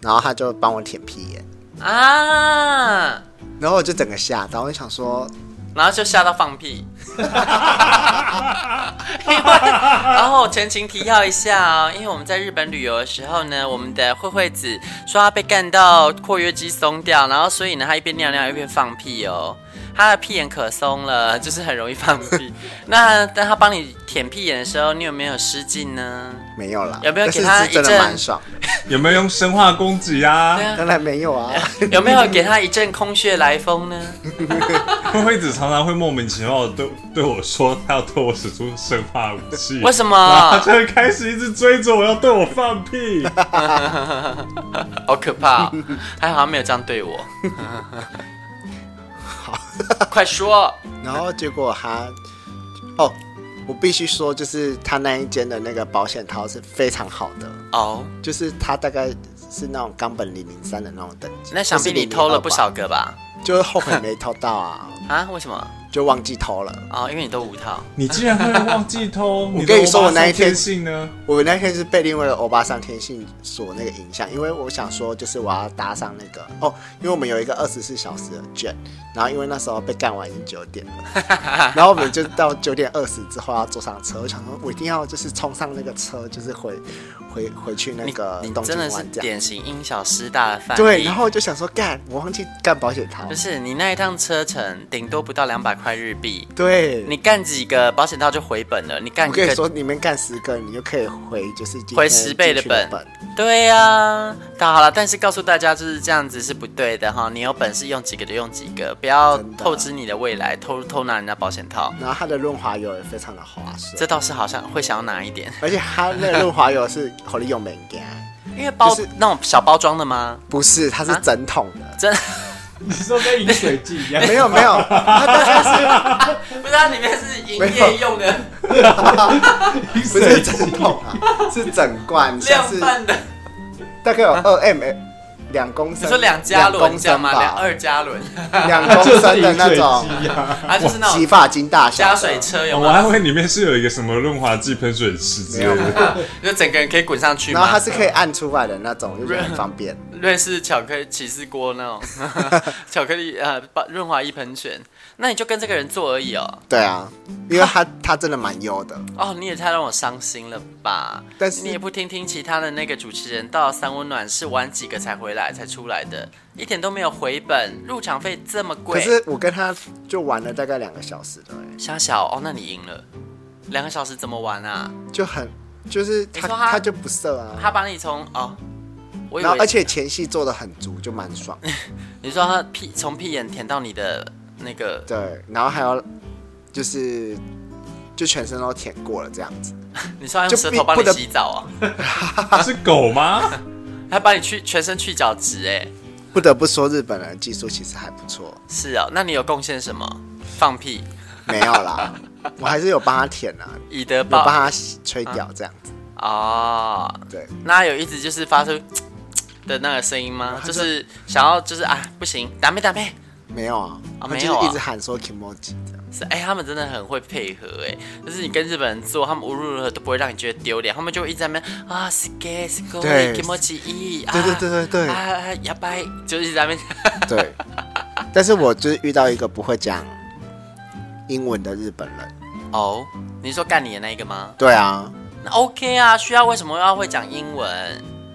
Speaker 2: 然后他就帮我舔屁眼，
Speaker 1: 啊，
Speaker 2: 然后我就整个吓到，我就想说，
Speaker 1: 然后就吓到放屁。因为，然后我前情提要一下哦，因为我们在日本旅游的时候呢，我们的慧慧子说她被干到括约肌松掉，然后所以呢，她一边尿尿一边放屁哦，她的屁眼可松了，就是很容易放屁。那但她帮你舔屁眼的时候，你有没有失禁呢？
Speaker 2: 没有啦，
Speaker 1: 有没有
Speaker 2: 但
Speaker 1: 给
Speaker 2: 是
Speaker 1: 他
Speaker 2: 是
Speaker 1: 一
Speaker 2: 真的
Speaker 1: 阵
Speaker 2: 蛮爽的，
Speaker 3: (laughs) 有没有用生化攻击啊
Speaker 1: 对？啊
Speaker 2: 当然没有啊，
Speaker 1: 有没有给她一阵空穴来风呢？
Speaker 3: 慧慧子常常会莫名其妙地对对我说，她要对我使出生化武器。
Speaker 1: 为什
Speaker 3: 然后
Speaker 1: 么
Speaker 3: 她？就会开始一直追着我，要对我放屁。
Speaker 1: 好可怕、 (laughs) 哦！还好他没有这样对我。快说！
Speaker 2: 然后结果他，哦，我必须说，就是他那一间的那个保险套是非常好的，
Speaker 1: 哦、
Speaker 2: 就是他大概是那种冈本零零三的那种等级。
Speaker 1: 那想必你偷了不少个吧？
Speaker 2: 002吧，就是后悔没偷到啊，
Speaker 1: 啊？为什么？
Speaker 2: 就忘记偷了。
Speaker 1: 哦、因为你都五套。
Speaker 3: 你竟然会忘记偷？
Speaker 2: 我跟你说我那一天
Speaker 3: 天性呢？
Speaker 2: 我那天是被另外的欧巴桑天性所那个影响，因为我想说，就是我要搭上那个哦，因为我们有一个二十四小时的券，然后因为那时候被干完已经九
Speaker 1: (laughs)
Speaker 2: 点了，然后我们就到九点二十之后要坐上车，我想说我一定要就是冲上那个车，就是回回回去那
Speaker 1: 你
Speaker 2: 个
Speaker 1: 你
Speaker 2: 东京
Speaker 1: 真的是
Speaker 2: 湾这样。
Speaker 1: 典型因小失大的范例。
Speaker 2: 对，然后我就想说干，我忘记干保险套
Speaker 1: 不，是你那一趟车程顶多不到两百块块日币，
Speaker 2: 对，
Speaker 1: 你干几个保险套就回本了，你干
Speaker 2: 我
Speaker 1: 一
Speaker 2: 跟你
Speaker 1: 个
Speaker 2: 说，你们干十个，你就可以回就是今
Speaker 1: 回
Speaker 2: 天
Speaker 1: 10倍的
Speaker 2: 进去的
Speaker 1: 本对呀、那好了，但是告诉大家就是这样子是不对的哈，你有本事用几个就用几个，不要
Speaker 2: 真的
Speaker 1: 透支你的未来，偷偷拿人家保险套，
Speaker 2: 然后它的润滑油也非常的滑顺
Speaker 1: 这，倒是好像会想要拿一点，
Speaker 2: 而且它那个润滑油是好利用美干，
Speaker 1: 因为包、
Speaker 2: 就是
Speaker 1: 那种小包装的吗？
Speaker 2: 不是，它是
Speaker 1: 啊
Speaker 2: 整桶的。
Speaker 1: 真
Speaker 4: (laughs)
Speaker 2: (laughs)
Speaker 4: 你说跟饮水机一样， (laughs)
Speaker 2: 没有没
Speaker 1: (laughs)
Speaker 2: 有，它大概
Speaker 1: 不知道里面是营
Speaker 2: 没有
Speaker 1: 业用的
Speaker 4: 饮
Speaker 2: 是不是
Speaker 4: 水机
Speaker 2: 整桶啊，是整罐，像
Speaker 1: 量
Speaker 2: 是
Speaker 1: 贩的，
Speaker 2: 大概有二 m 两公升，
Speaker 1: 你说两加
Speaker 2: 两
Speaker 1: 仑
Speaker 2: 公
Speaker 1: 这样
Speaker 2: 升
Speaker 1: 吗？
Speaker 2: 吧
Speaker 1: 两二加仑，
Speaker 2: 两
Speaker 4: 它
Speaker 2: 公
Speaker 4: 就是
Speaker 2: 升的
Speaker 4: 饮
Speaker 2: 那
Speaker 4: 水
Speaker 2: 种
Speaker 4: 机啊。
Speaker 1: 啊，就是那
Speaker 2: 洗
Speaker 1: 种
Speaker 2: 发精大小的
Speaker 1: 加水车有啊
Speaker 3: 我
Speaker 1: 吗？
Speaker 3: 还以为里面是有一个什么润滑剂、喷水池之类的。
Speaker 1: 就整个人可以滚上去
Speaker 2: 然后它
Speaker 1: 吗？
Speaker 2: 是可以按出来的那种，就是很方
Speaker 1: (laughs)
Speaker 2: 便。
Speaker 1: 瑞士巧克力起司锅那种， (laughs) 巧克力呃把润滑一喷泉，那你就跟这个人做而已哦。
Speaker 2: 对啊，因为它它真的蛮优的，
Speaker 1: 哦，你也太让我伤心了吧！
Speaker 2: 但是
Speaker 1: 你也不听听其他的那个主持人，到三温暖是玩几个才回来才出来的，一点都没有回本，入场费这么
Speaker 2: 可
Speaker 1: 贵。
Speaker 2: 是我跟他就玩了大概两个小时了、欸，
Speaker 1: 小小哦，那你赢了，两个小时怎么玩啊？
Speaker 2: 就很就是
Speaker 1: 你
Speaker 2: 他
Speaker 1: 说他
Speaker 2: 他就不射啊，
Speaker 1: 他把你从哦，我以
Speaker 2: 然后
Speaker 1: 为
Speaker 2: 而且前戏做的很足，就蛮爽。
Speaker 1: 你说他屁从屁眼舔到你的那个，
Speaker 2: 对，然后还有就是就全身都舔过了这样子，
Speaker 1: 你说他用
Speaker 2: 就
Speaker 1: 舌
Speaker 2: 必
Speaker 1: 头帮
Speaker 2: 不
Speaker 1: 你
Speaker 2: 得
Speaker 1: 洗澡啊？
Speaker 3: 是狗吗？
Speaker 1: 他帮你去全身去角质哎、
Speaker 2: 不得不说日本人的技术其实还不错。
Speaker 1: 是啊、那你有贡献什么？放屁，
Speaker 2: 没有啦， (laughs) 我还是有帮他舔啊，
Speaker 1: 以德
Speaker 2: 有帮
Speaker 1: 报
Speaker 2: 他吹掉这样子。
Speaker 1: 哦，
Speaker 2: 对，
Speaker 1: 那他有一直就是发出
Speaker 2: 嗯
Speaker 1: 的那个声音吗？就是想要就是啊，不行，打咩打咩。
Speaker 2: 没有啊，
Speaker 1: 啊
Speaker 2: 他
Speaker 1: 没
Speaker 2: 就
Speaker 1: 有啊
Speaker 2: 是一直喊说 “kimoji” 这样。
Speaker 1: 是哎、他们真的很会配合哎、就是你跟日本人做，他们无论如何都不会让你觉得丢脸，他们就会一直在那边啊 s k a s k o i
Speaker 2: 对
Speaker 1: k i m o c h i
Speaker 2: 对对对对对、
Speaker 1: 啊啊呀拜，就是一直在那边
Speaker 2: 对。 (laughs) 但是我就是遇到一个不会讲英文的日本人。
Speaker 1: 哦。你说干你的那一个吗？
Speaker 2: 对啊，
Speaker 1: 那 OK 啊，需要为什么要会讲英文？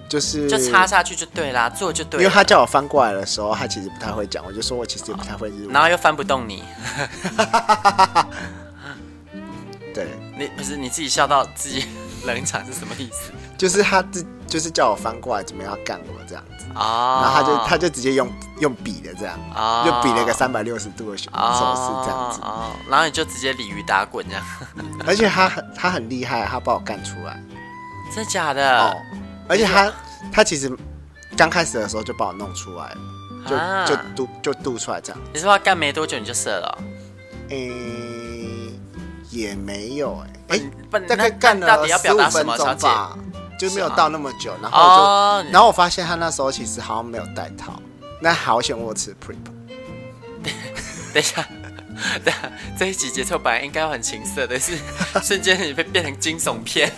Speaker 2: 就是
Speaker 1: 就插下去就对啦，做就对
Speaker 2: 因
Speaker 1: 了。
Speaker 2: 为他叫我翻过来的时候，他其实不太会讲，我就说我其实也不太会日
Speaker 1: 然
Speaker 2: 文。
Speaker 1: 后又翻不动你，
Speaker 2: 对，
Speaker 1: 你不是你自己笑到自己 (laughs) 冷场是什么意思
Speaker 2: 就是他自就是叫我翻过来，怎么样干我这样子，
Speaker 1: 啊？
Speaker 2: 然后他就他就直接用用笔的这样，
Speaker 1: 啊
Speaker 2: 就比了个三百六十度的手手势这样子。
Speaker 1: 哦，然后你就直接鲤鱼打滚这样， (laughs)
Speaker 2: 而且他很他很厉害，他把我干出来
Speaker 1: 真的假的？
Speaker 2: 哦，而且他他其实刚开始的时候就把我弄出来了，就、
Speaker 1: 啊
Speaker 2: 就渡就渡出来这样，
Speaker 1: 你是不是干没多久你就射了哦、
Speaker 2: 诶、也没有诶、诶、
Speaker 1: 不然
Speaker 2: 大概
Speaker 1: 嗯那
Speaker 2: 干
Speaker 1: 那你到
Speaker 2: 了
Speaker 1: 底要
Speaker 2: 十
Speaker 1: 表
Speaker 2: 五
Speaker 1: 达什
Speaker 2: 分
Speaker 1: 么，小
Speaker 2: 钟
Speaker 1: 姐？
Speaker 2: 吧，就没有
Speaker 1: 是啊
Speaker 2: 到那么久，然后我就、
Speaker 1: 哦，
Speaker 2: 然后我发现他那时候其实好像没有戴套，那好险我有吃 prep，
Speaker 1: (laughs) 等一下， (laughs) 等一下，这一集节奏本来应该很情色的，
Speaker 2: (laughs)
Speaker 1: 是瞬间你被变成惊悚片，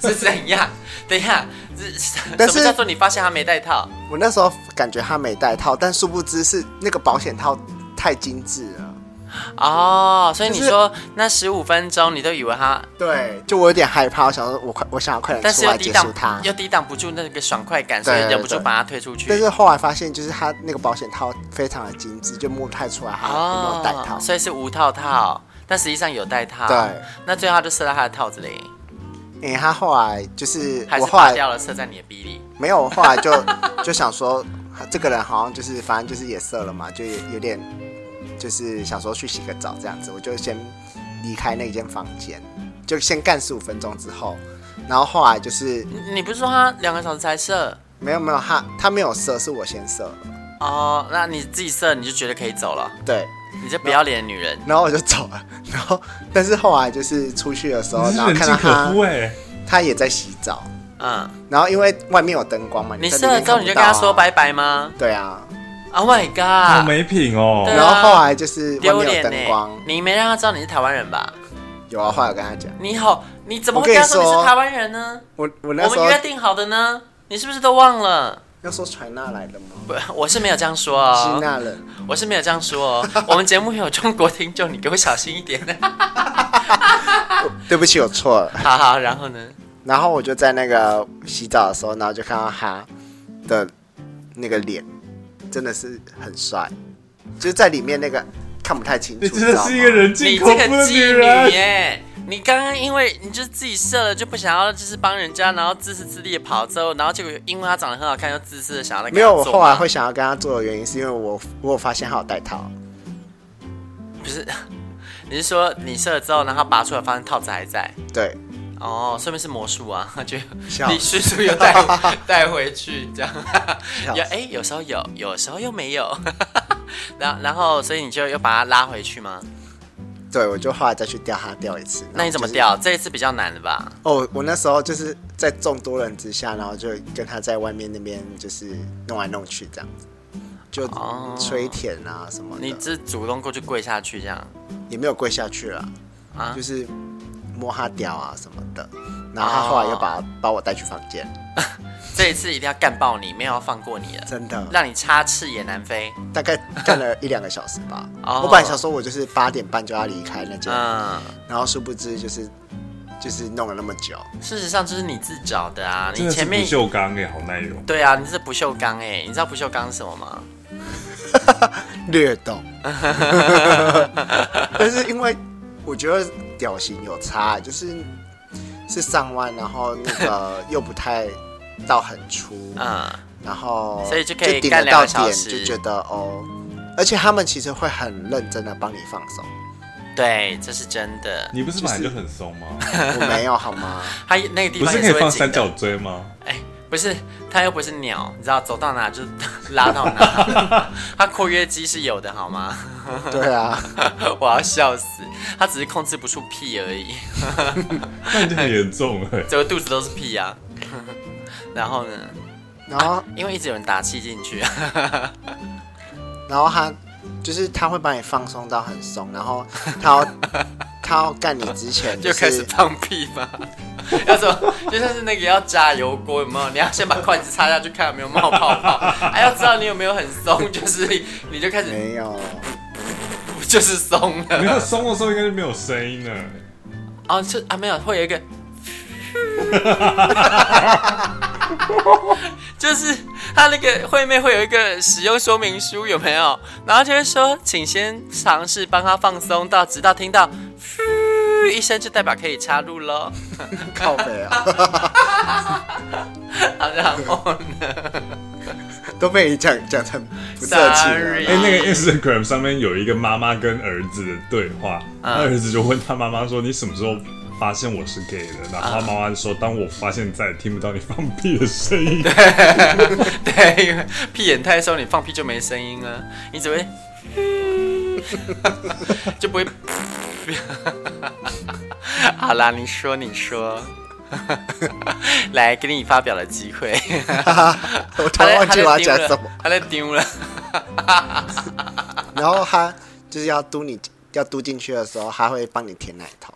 Speaker 1: 是怎样？等一下，是
Speaker 2: 但
Speaker 1: 什
Speaker 2: 是
Speaker 1: 么叫做你发现他没戴套？
Speaker 2: 我那时候感觉他没戴套，但殊不知是那个保险套太精致了，
Speaker 1: 哦，所以你
Speaker 2: 就是
Speaker 1: 说那十五分钟你都以为他，
Speaker 2: 对，就我有点害怕，我想说我快我想要快
Speaker 1: 但
Speaker 2: 点
Speaker 1: 是
Speaker 2: 出
Speaker 1: 又
Speaker 2: 来
Speaker 1: 抵
Speaker 2: 结
Speaker 1: 挡
Speaker 2: 束他，
Speaker 1: 又抵挡不住那个爽快感，所以
Speaker 2: 对对
Speaker 1: 忍不住
Speaker 2: 对
Speaker 1: 把他推出去。
Speaker 2: 但是后来发现，就是他那个保险套非常的精致，就摸不太出来他啊有没有戴套。
Speaker 1: 哦
Speaker 2: 嗯
Speaker 1: 所以是无套套，但实际上有戴套。
Speaker 2: 对，
Speaker 1: 那最后他就射到他的套子里，
Speaker 2: 因为他后来就是
Speaker 1: 还
Speaker 2: 我
Speaker 1: 是
Speaker 2: 后
Speaker 1: 拔
Speaker 2: 来
Speaker 1: 掉了射在你的逼里。
Speaker 2: 没有，我后来就就想说，这个人好像就是反正就是也色了嘛，就也有点就是想说去洗个澡这样子，我就先离开那间房间，就先干十五分钟之后，然后后来就是
Speaker 1: 你你不是说他两个小时才射？
Speaker 2: 没有没有他他没有色，是我先色了，
Speaker 1: 哦，那你自己射你就觉得可以走了，
Speaker 2: 对，
Speaker 1: 你这不要脸的女人。
Speaker 2: 然后我就走了，然后但是后来就是出去的时候，
Speaker 3: 你是
Speaker 2: 然后
Speaker 3: 人
Speaker 2: 哦看
Speaker 3: 尽
Speaker 2: 到
Speaker 3: 可
Speaker 2: 他
Speaker 3: 夫哎、
Speaker 2: 他也在洗澡。
Speaker 1: 嗯，
Speaker 2: 然后因为外面有灯光嘛，
Speaker 1: 你
Speaker 2: 在
Speaker 1: 射
Speaker 2: 里
Speaker 1: 了
Speaker 2: 面
Speaker 1: 之后
Speaker 2: 看
Speaker 1: 你
Speaker 2: 不
Speaker 1: 就
Speaker 2: 到
Speaker 1: 跟
Speaker 2: 啊
Speaker 1: 他说。拜拜吗
Speaker 2: 对啊，
Speaker 1: ？Oh my
Speaker 3: 好
Speaker 1: god！
Speaker 3: 没品哦、
Speaker 1: 对啊
Speaker 2: 然后后来就是外
Speaker 1: 丢
Speaker 2: 面有
Speaker 1: 脸
Speaker 2: 灯光
Speaker 1: 呢，，你没让他知道你是台湾人吧？
Speaker 2: 有啊，后来我跟他讲，
Speaker 1: 你好，你怎么
Speaker 2: 我
Speaker 1: 会
Speaker 2: 跟
Speaker 1: 跟
Speaker 2: 你
Speaker 1: 他说你
Speaker 2: 说
Speaker 1: 是台湾人呢？
Speaker 2: 我我那
Speaker 1: 我
Speaker 2: 时候
Speaker 1: 们约定好的呢，你是不是都忘了？
Speaker 2: 要说传那来的吗？
Speaker 1: 不，我是没有这样说哦。
Speaker 2: 是那人，
Speaker 1: 我是没有这样说哦， (laughs) 我们节目有中国听众，你给我小心一点。 (laughs)
Speaker 2: 对不起，我错了。
Speaker 1: 好好，然后呢？
Speaker 2: 然后我就在那个洗澡的时候，然后就看到他的那个脸，真的是很帅，就是在里面那个看不太清楚。
Speaker 3: 你真的是一
Speaker 2: 知
Speaker 3: 个
Speaker 2: 道吗
Speaker 3: 人
Speaker 1: 你
Speaker 3: 尽
Speaker 1: 这
Speaker 3: 恐怖
Speaker 1: 个
Speaker 3: 的
Speaker 1: 妓
Speaker 3: 女
Speaker 1: 女
Speaker 3: 人。
Speaker 1: 耶！你刚刚因为你就自己射了，就不想要就是帮人家，然后自私自利的跑之后，然后结果因为他长得很好看，又自私的想要来跟
Speaker 2: 没有，
Speaker 1: 他
Speaker 2: 我
Speaker 1: 做
Speaker 2: 后来
Speaker 3: 啊
Speaker 1: 嘛
Speaker 2: 会想要跟他做的原因是因为我我有发现他有戴套，
Speaker 1: 不是？你是说你射了之后，然后拔出来发现套子还在？
Speaker 2: 对，
Speaker 1: 哦，顺便是魔术啊，就
Speaker 2: 笑
Speaker 1: 你迅速又带回 (laughs) 带回去这样。
Speaker 2: 笑
Speaker 1: 有哎、有时候有，有时候又没有。 (laughs) 然后然后，所以你就又把它拉回去吗？
Speaker 2: 对我就后来再去钓他钓一次。然后
Speaker 1: 那你怎么
Speaker 2: 就是？
Speaker 1: 钓？这一次比较难的吧？
Speaker 2: 哦，我那时候就是在众多人之下，然后就跟他在外面那边就是弄来弄去这样子，就
Speaker 1: 哦
Speaker 2: 吹舔啊什么的，
Speaker 1: 你只主动过去跪下去这样
Speaker 2: 也没有跪下去了，
Speaker 1: 啊
Speaker 2: 就？是摸他屌啊什么的。然后他后来又把、把我带去房间，
Speaker 1: 哦这一次一定要干爆你，没有要放过你了，
Speaker 2: 真的
Speaker 1: 让你插翅也难飞。
Speaker 2: 大概干了一两个小时吧。
Speaker 1: (laughs) 哦
Speaker 2: 我本来想说我就是八点半就要离开那间，
Speaker 1: 嗯，
Speaker 2: 然后殊不知就是就是弄了那么久。
Speaker 1: 事实上就是你自找的啊，
Speaker 3: 真
Speaker 1: 你
Speaker 3: 的是
Speaker 1: 前
Speaker 3: 不
Speaker 1: 面。
Speaker 3: 锈钢哎，好耐用。
Speaker 1: 对啊，你是不锈钢哎、你知道不锈钢是什么吗？
Speaker 2: 略
Speaker 1: (laughs)
Speaker 2: 懂，但是因为我觉得屌型有差，就是是上弯，然后那个又不太到很
Speaker 1: (laughs)
Speaker 2: 粗，
Speaker 1: 嗯，
Speaker 2: 然后
Speaker 1: 所以就可以
Speaker 2: 顶
Speaker 1: 干
Speaker 2: 得
Speaker 1: 两
Speaker 2: 到
Speaker 1: 个小
Speaker 2: 点，
Speaker 1: 时
Speaker 2: 就觉得哦，而且他们其实会很认真的帮你放
Speaker 1: (laughs)
Speaker 2: 手，
Speaker 1: 对，这是真的。
Speaker 3: 你不是本来
Speaker 2: 就
Speaker 3: 就是很松吗？
Speaker 2: 我没有好吗？
Speaker 1: 它那个地
Speaker 3: 不
Speaker 1: 方
Speaker 3: 是
Speaker 1: 也
Speaker 3: 可以
Speaker 1: 会
Speaker 3: 放
Speaker 1: 紧
Speaker 3: 三
Speaker 1: 的。
Speaker 3: 角锥吗？ (laughs)
Speaker 1: 哎、不是，它又不是鸟，你知道，走到哪就拉到
Speaker 3: (laughs)
Speaker 1: 哪。它括约肌是有的，好吗？ (laughs)
Speaker 2: 对啊，
Speaker 1: 我要笑死，它只是控制不住屁而已，
Speaker 3: 那你就很严重了。欸
Speaker 1: 整个肚子都是屁啊。 (laughs) 然后呢，
Speaker 2: 然后
Speaker 1: 因为一直有人打气进
Speaker 2: (laughs)
Speaker 1: 去，
Speaker 2: 然后他就是他会把你放松到很松，然后他
Speaker 1: (laughs)
Speaker 2: 要他要干你之前
Speaker 1: 就开
Speaker 2: 是
Speaker 1: 始放屁嘛。 (laughs) 要怎么？就像是那个要炸油锅，有没有？你要先把筷子插下去，看有没有冒泡泡。还、要知道你有没有很松，就是你就开始
Speaker 2: 没有。
Speaker 1: 就是松
Speaker 3: 没
Speaker 1: 了。
Speaker 3: 有松的时候应该就没有声音了。欸
Speaker 1: 哦，就啊没有，会有一个，就是他那个会面会有一个使用说明书有没有？然后就会说，请先尝试帮他放松到，直到听到一声就代表可以插入喽。
Speaker 2: 靠背啊，
Speaker 1: 好，然后呢？
Speaker 2: 都被你讲讲成不热情了
Speaker 1: (laughs) Sorry
Speaker 3: 哎、那个 Instagram 上面有一个妈妈跟儿子的对话，
Speaker 1: 嗯
Speaker 3: 他儿子就问他妈妈说：“你什么时候发现我是 gay 的？”然
Speaker 1: 嗯
Speaker 3: 后他妈妈就说：“当我发现再也听不到你放屁的声音。
Speaker 1: (laughs) 对，因为屁眼太松，你放屁就没声音了，你只会 (laughs) 就不会。好啦，你说，你说， (laughs) 来给你发表的机会。
Speaker 2: (laughs) 我突
Speaker 1: (laughs) 他在
Speaker 2: 然忘
Speaker 1: 他
Speaker 2: 记
Speaker 1: 在
Speaker 2: 我要
Speaker 1: 丢
Speaker 2: 讲
Speaker 1: 了
Speaker 2: 什么。，
Speaker 1: 啊他在丢 (laughs) 了。
Speaker 2: 然后他就是要嘟你，要嘟进去的时候，他会帮你舔奶头，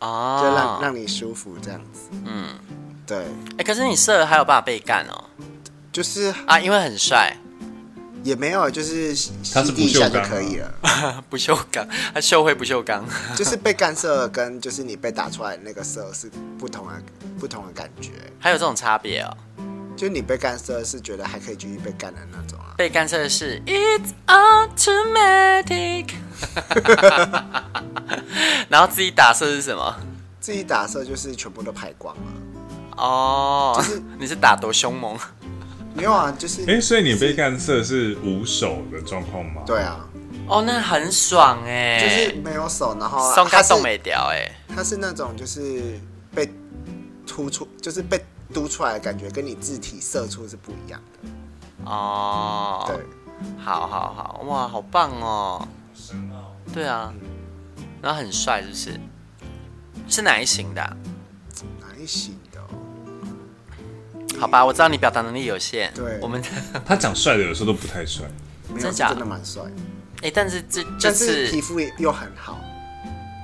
Speaker 1: 哦，
Speaker 2: 就让、让你舒服这样子。嗯，对，
Speaker 1: 哎、可是你射了还有办法被干哦
Speaker 2: 就是
Speaker 1: 啊，因为很帅，
Speaker 2: 也没有，就是
Speaker 3: 他是
Speaker 2: 吸
Speaker 3: 不
Speaker 2: 地一下
Speaker 3: 锈
Speaker 2: 就
Speaker 3: 钢啊
Speaker 2: 可以了。
Speaker 1: 不锈钢，他秀会不锈钢。
Speaker 2: 就是被干涉跟就是你被打出来的那个色是不同的，不同的感觉。
Speaker 1: 还有这种差别哦。
Speaker 2: 就你被干涉是觉得还可以继续被干的那种啊。
Speaker 1: 被干涉的是 It's automatic，然后自己打射是什么？
Speaker 2: 自己打色就是全部都排光了，
Speaker 1: 哦、
Speaker 2: 是
Speaker 1: (laughs) 你是打多凶猛？
Speaker 2: 没有啊，就是
Speaker 3: 哎、所以你被干涉是无手的状况吗？
Speaker 2: 对啊，
Speaker 1: 哦，那很爽哎、
Speaker 2: 就是没有手，然后啊
Speaker 1: 松开
Speaker 2: 欸哦他是
Speaker 1: 送美屌哎、
Speaker 2: 它是那种就是被突出，就是被嘟出来的感觉，跟你字体射出是不一样的。
Speaker 1: 哦、
Speaker 2: 对，
Speaker 1: 好好好，哇，好棒哦，对啊，然后很帅是不是？是哪一型的啊、
Speaker 2: 哪一型的哦、
Speaker 1: 好吧，我知道你表达能力有限，
Speaker 2: 对
Speaker 1: (laughs) 我们
Speaker 3: 他讲帅的有时候都不太帅。
Speaker 2: 没
Speaker 1: 真
Speaker 2: 有，是
Speaker 1: 假
Speaker 2: 真的蛮帅的，
Speaker 1: 哎、但是这这
Speaker 2: 但
Speaker 1: 次
Speaker 2: 是皮肤也又很好，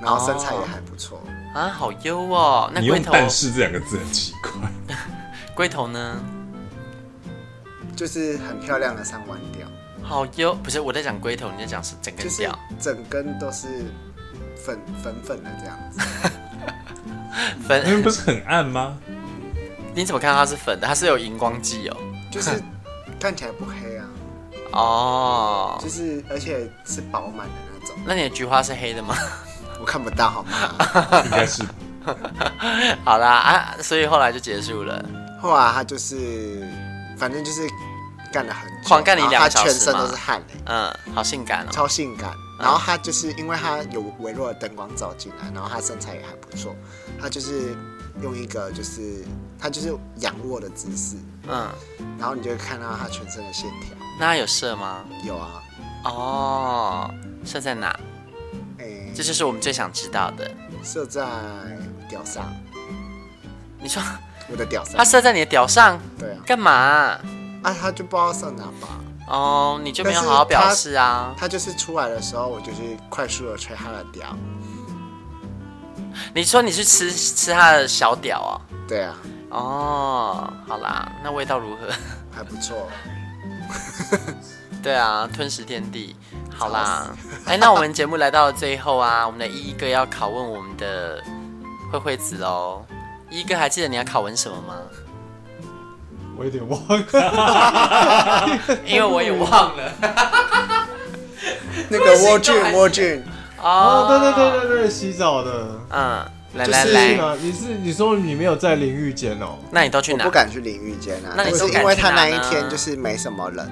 Speaker 2: 然后身材也还不错。
Speaker 1: 啊，好优哦，那
Speaker 3: 你
Speaker 1: 龟
Speaker 3: 用“
Speaker 1: 头
Speaker 3: 但是”这两个字很奇怪。
Speaker 1: (laughs) 龟头呢？
Speaker 2: 就是很漂亮的上弯调，
Speaker 1: 好优，不是我在讲龟头，你在讲是整根
Speaker 2: 就是
Speaker 1: 屌。
Speaker 2: 整根都是粉粉粉的这样
Speaker 1: (laughs)
Speaker 2: 子，嗯
Speaker 3: 那边
Speaker 1: 粉，(laughs)
Speaker 3: 不是很暗吗？
Speaker 1: 你怎么看到它是粉的？它是有荧光剂哦。
Speaker 2: 就是看起来不黑啊。
Speaker 1: 哦，
Speaker 2: 就是而且是饱满的那种，
Speaker 1: 那你的菊花是黑的吗？ (laughs)
Speaker 2: 我看不到好吗？
Speaker 3: 应该是
Speaker 1: 好啦啊，所以后来就结束了。
Speaker 2: 后来他就是，反正就是干了很久，
Speaker 1: 狂干你两个
Speaker 2: 然后
Speaker 1: 小
Speaker 2: 他
Speaker 1: 时
Speaker 2: 全身
Speaker 1: 吗
Speaker 2: 都是汗、欸，
Speaker 1: 嗯，好性感哦。
Speaker 2: 超性感。然后他就是因为他有微弱的灯光照进来，然后他身材也还不错，他就是用一个就是他就是仰卧的姿势，
Speaker 1: 嗯，
Speaker 2: 然后你就会看到他全身的线条。
Speaker 1: 那他有射吗？
Speaker 2: 有啊，
Speaker 1: 哦，射在哪？
Speaker 2: 诶、
Speaker 1: 这就是我们最想知道的。
Speaker 2: 哎射在屌上，
Speaker 1: 你说
Speaker 2: 我的屌
Speaker 1: 他
Speaker 2: 上。
Speaker 1: 射在你的屌上
Speaker 2: 对啊，
Speaker 1: 干嘛啊、
Speaker 2: 啊，他就不知道上哪吧。
Speaker 1: 哦，你就没有好好表示啊？
Speaker 2: 他就是出来的时候，我就是快速的吹他的屌。
Speaker 1: 你说你去吃吃他的小屌哦？
Speaker 2: 对啊，
Speaker 1: 哦，好啦，那味道如何？
Speaker 2: 还不
Speaker 1: (laughs)
Speaker 2: 错。
Speaker 1: 对啊，吞食天地。好啦，哎，那我们节目来到了最后啊，我们的一一哥要拷问我们的慧慧子喽。一一哥还记得你要拷问什么吗？
Speaker 4: 我有点忘了，
Speaker 1: (laughs) 因为我也忘了。
Speaker 2: 那个蜗菌，蜗菌，
Speaker 1: (laughs) 哦
Speaker 4: 哦，对对对，对对，洗澡的，
Speaker 1: 嗯，来
Speaker 2: 就
Speaker 1: 来
Speaker 2: 是
Speaker 1: 来，
Speaker 4: 啊，你是你说你没有在淋浴间哦？
Speaker 1: 那你都去
Speaker 2: 我
Speaker 1: 哪
Speaker 2: 不？敢去淋浴间啊，
Speaker 1: 那你
Speaker 2: 就是
Speaker 1: 都敢
Speaker 2: 因为
Speaker 1: 去
Speaker 2: 他
Speaker 1: 哪
Speaker 2: 那一
Speaker 1: 呢
Speaker 2: 天就是没什么人，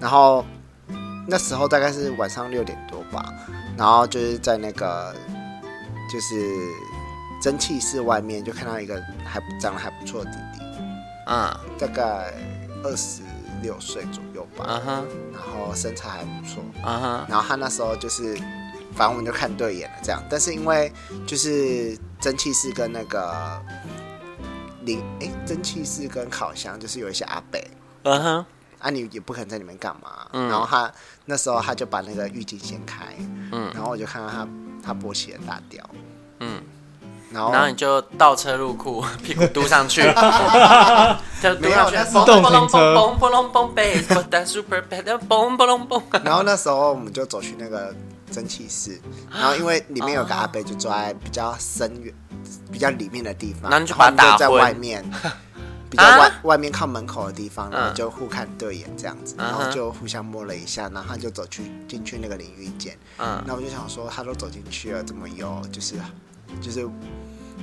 Speaker 2: 然后那时候大概是晚上六点多吧，然后就是在那个就是蒸汽室外面就看到一个还长得还不错的弟弟，
Speaker 1: 嗯
Speaker 2: 大概二十六岁左右吧
Speaker 1: 嗯，哼
Speaker 2: 然后身材还不错，
Speaker 1: 嗯哼，
Speaker 2: 然后他那时候就是，反正我们就看对眼了这样。但是因为就是蒸汽室跟那个零哎、蒸汽室跟烤箱就是有一些阿北
Speaker 1: 嗯哼，
Speaker 2: 啊，你也不可能在里面干嘛。
Speaker 1: 嗯
Speaker 2: 然后他那时候他就把那个浴巾掀开，
Speaker 1: 嗯
Speaker 2: 然后我就看到他他勃起的大屌，
Speaker 1: 嗯，
Speaker 2: 然
Speaker 4: 哦
Speaker 2: 后
Speaker 1: 然后你就倒车入库， (laughs) 屁股嘟上
Speaker 4: (laughs)
Speaker 1: 去，就嘟上去，
Speaker 2: 自
Speaker 4: 动停车
Speaker 1: 嘣嘣隆 (laughs) 嘣嘣嘣，但 super bad，嘣嘣隆嘣。
Speaker 2: (laughs) 然后那时候我们就走去那个蒸汽室，然后因为里面有个阿伯就坐在比较深远、比较里面的地方，
Speaker 1: 然后你就把他
Speaker 2: 然后我们
Speaker 1: 打
Speaker 2: 在
Speaker 1: 昏 (laughs)
Speaker 2: 外面，比较外、
Speaker 1: 啊
Speaker 2: 外面靠门口的地方，然后
Speaker 1: 嗯
Speaker 2: 就互看对眼这样子，然
Speaker 1: 嗯
Speaker 2: 后
Speaker 1: 哼
Speaker 2: 就互相摸了一下，然后他就走去进去那个淋浴间，
Speaker 1: 嗯，
Speaker 2: 那我就想说他都走进去了，怎么有就是就是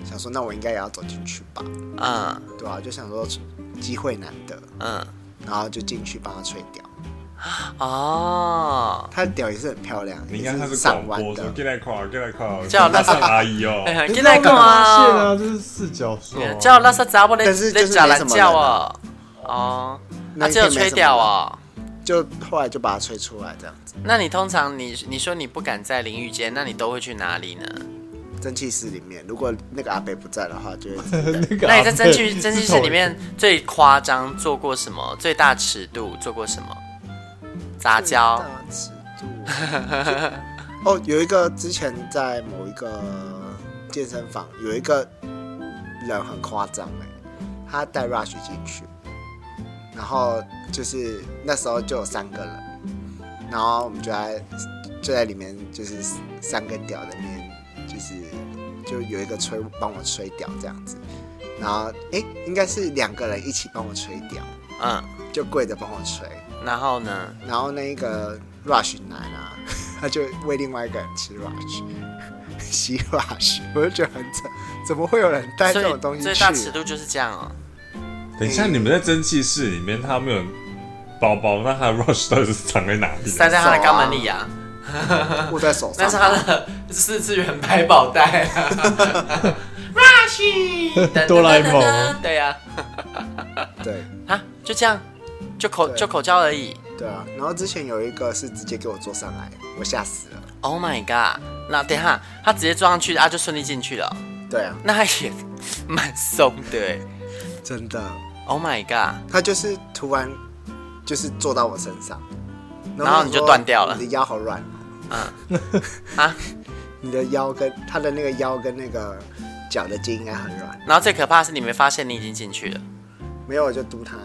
Speaker 2: 想说那我应该也要走进去吧，
Speaker 1: (laughs) 嗯
Speaker 2: 对啊，就想说机会难得，
Speaker 1: 嗯，
Speaker 2: 然后就进去帮他吹屌，
Speaker 1: 哦，
Speaker 2: 他的屌也是很漂亮，
Speaker 3: 你
Speaker 2: 也
Speaker 3: 应该他
Speaker 2: 是
Speaker 3: 是
Speaker 2: 上
Speaker 3: 广
Speaker 2: 弯
Speaker 3: 播
Speaker 2: 的
Speaker 3: 说。get 来垮，get 来垮，
Speaker 1: 叫那
Speaker 3: 那
Speaker 1: 是
Speaker 3: 阿
Speaker 1: (laughs)
Speaker 3: 姨哦，
Speaker 1: 进来干
Speaker 4: 发现
Speaker 1: 嘛？
Speaker 4: 啊，就是四角兽啊，
Speaker 1: 叫拉萨杂波来
Speaker 2: 但是
Speaker 1: 来
Speaker 2: 就是
Speaker 1: 假
Speaker 2: 没
Speaker 1: 来
Speaker 2: 什么
Speaker 1: 叫
Speaker 2: 人啊
Speaker 1: 哦，哦，那
Speaker 2: 那一
Speaker 1: 只有
Speaker 2: 天没
Speaker 1: 吹
Speaker 2: 什么
Speaker 1: 掉
Speaker 2: 人啊
Speaker 1: 哦。
Speaker 2: 就后来就把它吹出来，这样子，
Speaker 1: 那你通常你你说你不敢在淋浴间，那你都会去哪里呢？
Speaker 2: 蒸汽室里面，如果那个阿北不在的话，就会
Speaker 4: (laughs)
Speaker 3: (laughs)
Speaker 4: 那个
Speaker 1: 那
Speaker 4: 阿
Speaker 1: 你在
Speaker 4: 伯
Speaker 1: 蒸汽蒸汽
Speaker 4: 是
Speaker 1: 室
Speaker 4: 同
Speaker 1: 里面最夸张做过什么？最大尺度做过什么？杂交
Speaker 2: 大尺度。哦，有一个之前在某一个健身房，有一个人很夸张哎，他带 Rush 进去，然后就是那时候就有三个人，然后我们就在就在里面就是三个屌在里面，就是就有一个吹帮我吹屌这样子，然后诶，应该是两个人一起帮我吹屌，
Speaker 1: 嗯，
Speaker 2: 就跪着帮我吹。
Speaker 1: 然后呢？
Speaker 2: 然后那个 Rush 男啊， (laughs) 他就喂另外一个人吃 Rush，洗 Rush，我 (laughs) 就觉得很扯，怎么会有人带
Speaker 1: 所
Speaker 2: 这
Speaker 1: 以
Speaker 2: 种东西
Speaker 1: 最
Speaker 2: 去啊
Speaker 1: 大？尺度就是这样哦。
Speaker 3: 等一下，你们在蒸汽室里面，他没有包包，那他的 rush 到底是藏在哪里啊？
Speaker 1: 塞在他的肛门里啊，
Speaker 2: 握
Speaker 1: (laughs)
Speaker 2: 在手
Speaker 1: 那
Speaker 2: 上
Speaker 1: 是，他的四次元百宝袋 (laughs) 啊。Rush，
Speaker 2: (laughs)
Speaker 4: 哆啦 A
Speaker 1: 噔噔
Speaker 2: 啊
Speaker 4: 梦
Speaker 1: 噔噔噔对啊呀，
Speaker 2: 对
Speaker 1: 啊，就这样，就口
Speaker 2: 对
Speaker 1: 就口交而已。
Speaker 2: 对啊。然后之前有一个是直接给我坐上来，我吓死了。
Speaker 1: Oh my god！那等一下，他直接撞上去啊，就顺利进去了。
Speaker 2: 对啊，
Speaker 1: 那他也蛮松的欸。
Speaker 2: 真的，
Speaker 1: Oh my god！
Speaker 2: 他就是突然就是坐到我身上，
Speaker 1: 然后你就断掉了
Speaker 2: 你的腰好软，哦 (laughs)
Speaker 1: 嗯啊，
Speaker 2: 你的腰跟他的那个腰跟那个脚的筋应该很软。
Speaker 1: 然后最可怕的是你没发现你已经进去了。
Speaker 2: 没有我就嘟他，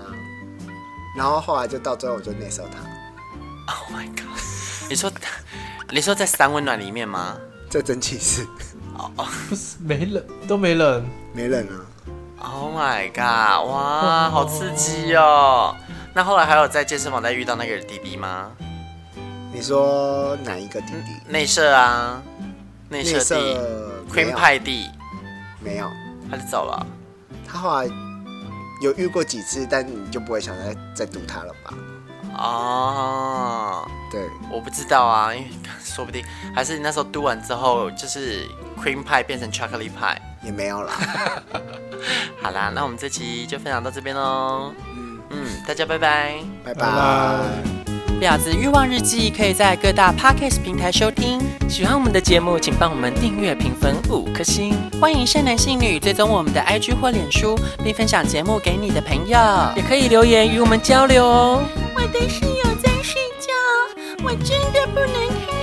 Speaker 2: 然后后来就到最后我就内射他，
Speaker 1: Oh my god！你说，你说在三温暖里面吗？
Speaker 2: 在蒸汽室
Speaker 4: (laughs) 不是没人都没人，
Speaker 2: (laughs) 没人啊，
Speaker 1: Oh my god！哇，好刺激哦！那后来还有在健身房再遇到那个弟弟吗？
Speaker 2: 你说哪一个弟弟？
Speaker 1: 内射啊，嗯内
Speaker 2: 内
Speaker 1: 射
Speaker 2: 射
Speaker 1: 弟
Speaker 2: 没
Speaker 1: ，Queen
Speaker 2: 有
Speaker 1: 派弟，
Speaker 2: 没有，
Speaker 1: 他就走了。
Speaker 2: 他后来有遇过几次，但你就不会想再再读他了吧？
Speaker 1: 哦，
Speaker 2: 对，
Speaker 1: 我不知道啊， (laughs) 因为说不定还是你那时候嘟完之后，就是 cream pie 变成 chocolate pie。
Speaker 2: 也没有啦。
Speaker 1: 好啦，那我们这期就分享到这边喽。嗯，大家拜拜。
Speaker 2: 拜
Speaker 4: 拜
Speaker 2: 拜
Speaker 4: 拜。
Speaker 1: 《婊子欲望日记》可以在各大 podcast 平台收听。喜欢我们的节目，请帮我们订阅、评分五颗星。欢迎善男信女追踪我们的 IG 或脸书，并分享节目给你的朋友，也可以留言与我们交流哦。
Speaker 5: 我的室友在睡觉，我真的不能看。
Speaker 1: 嗯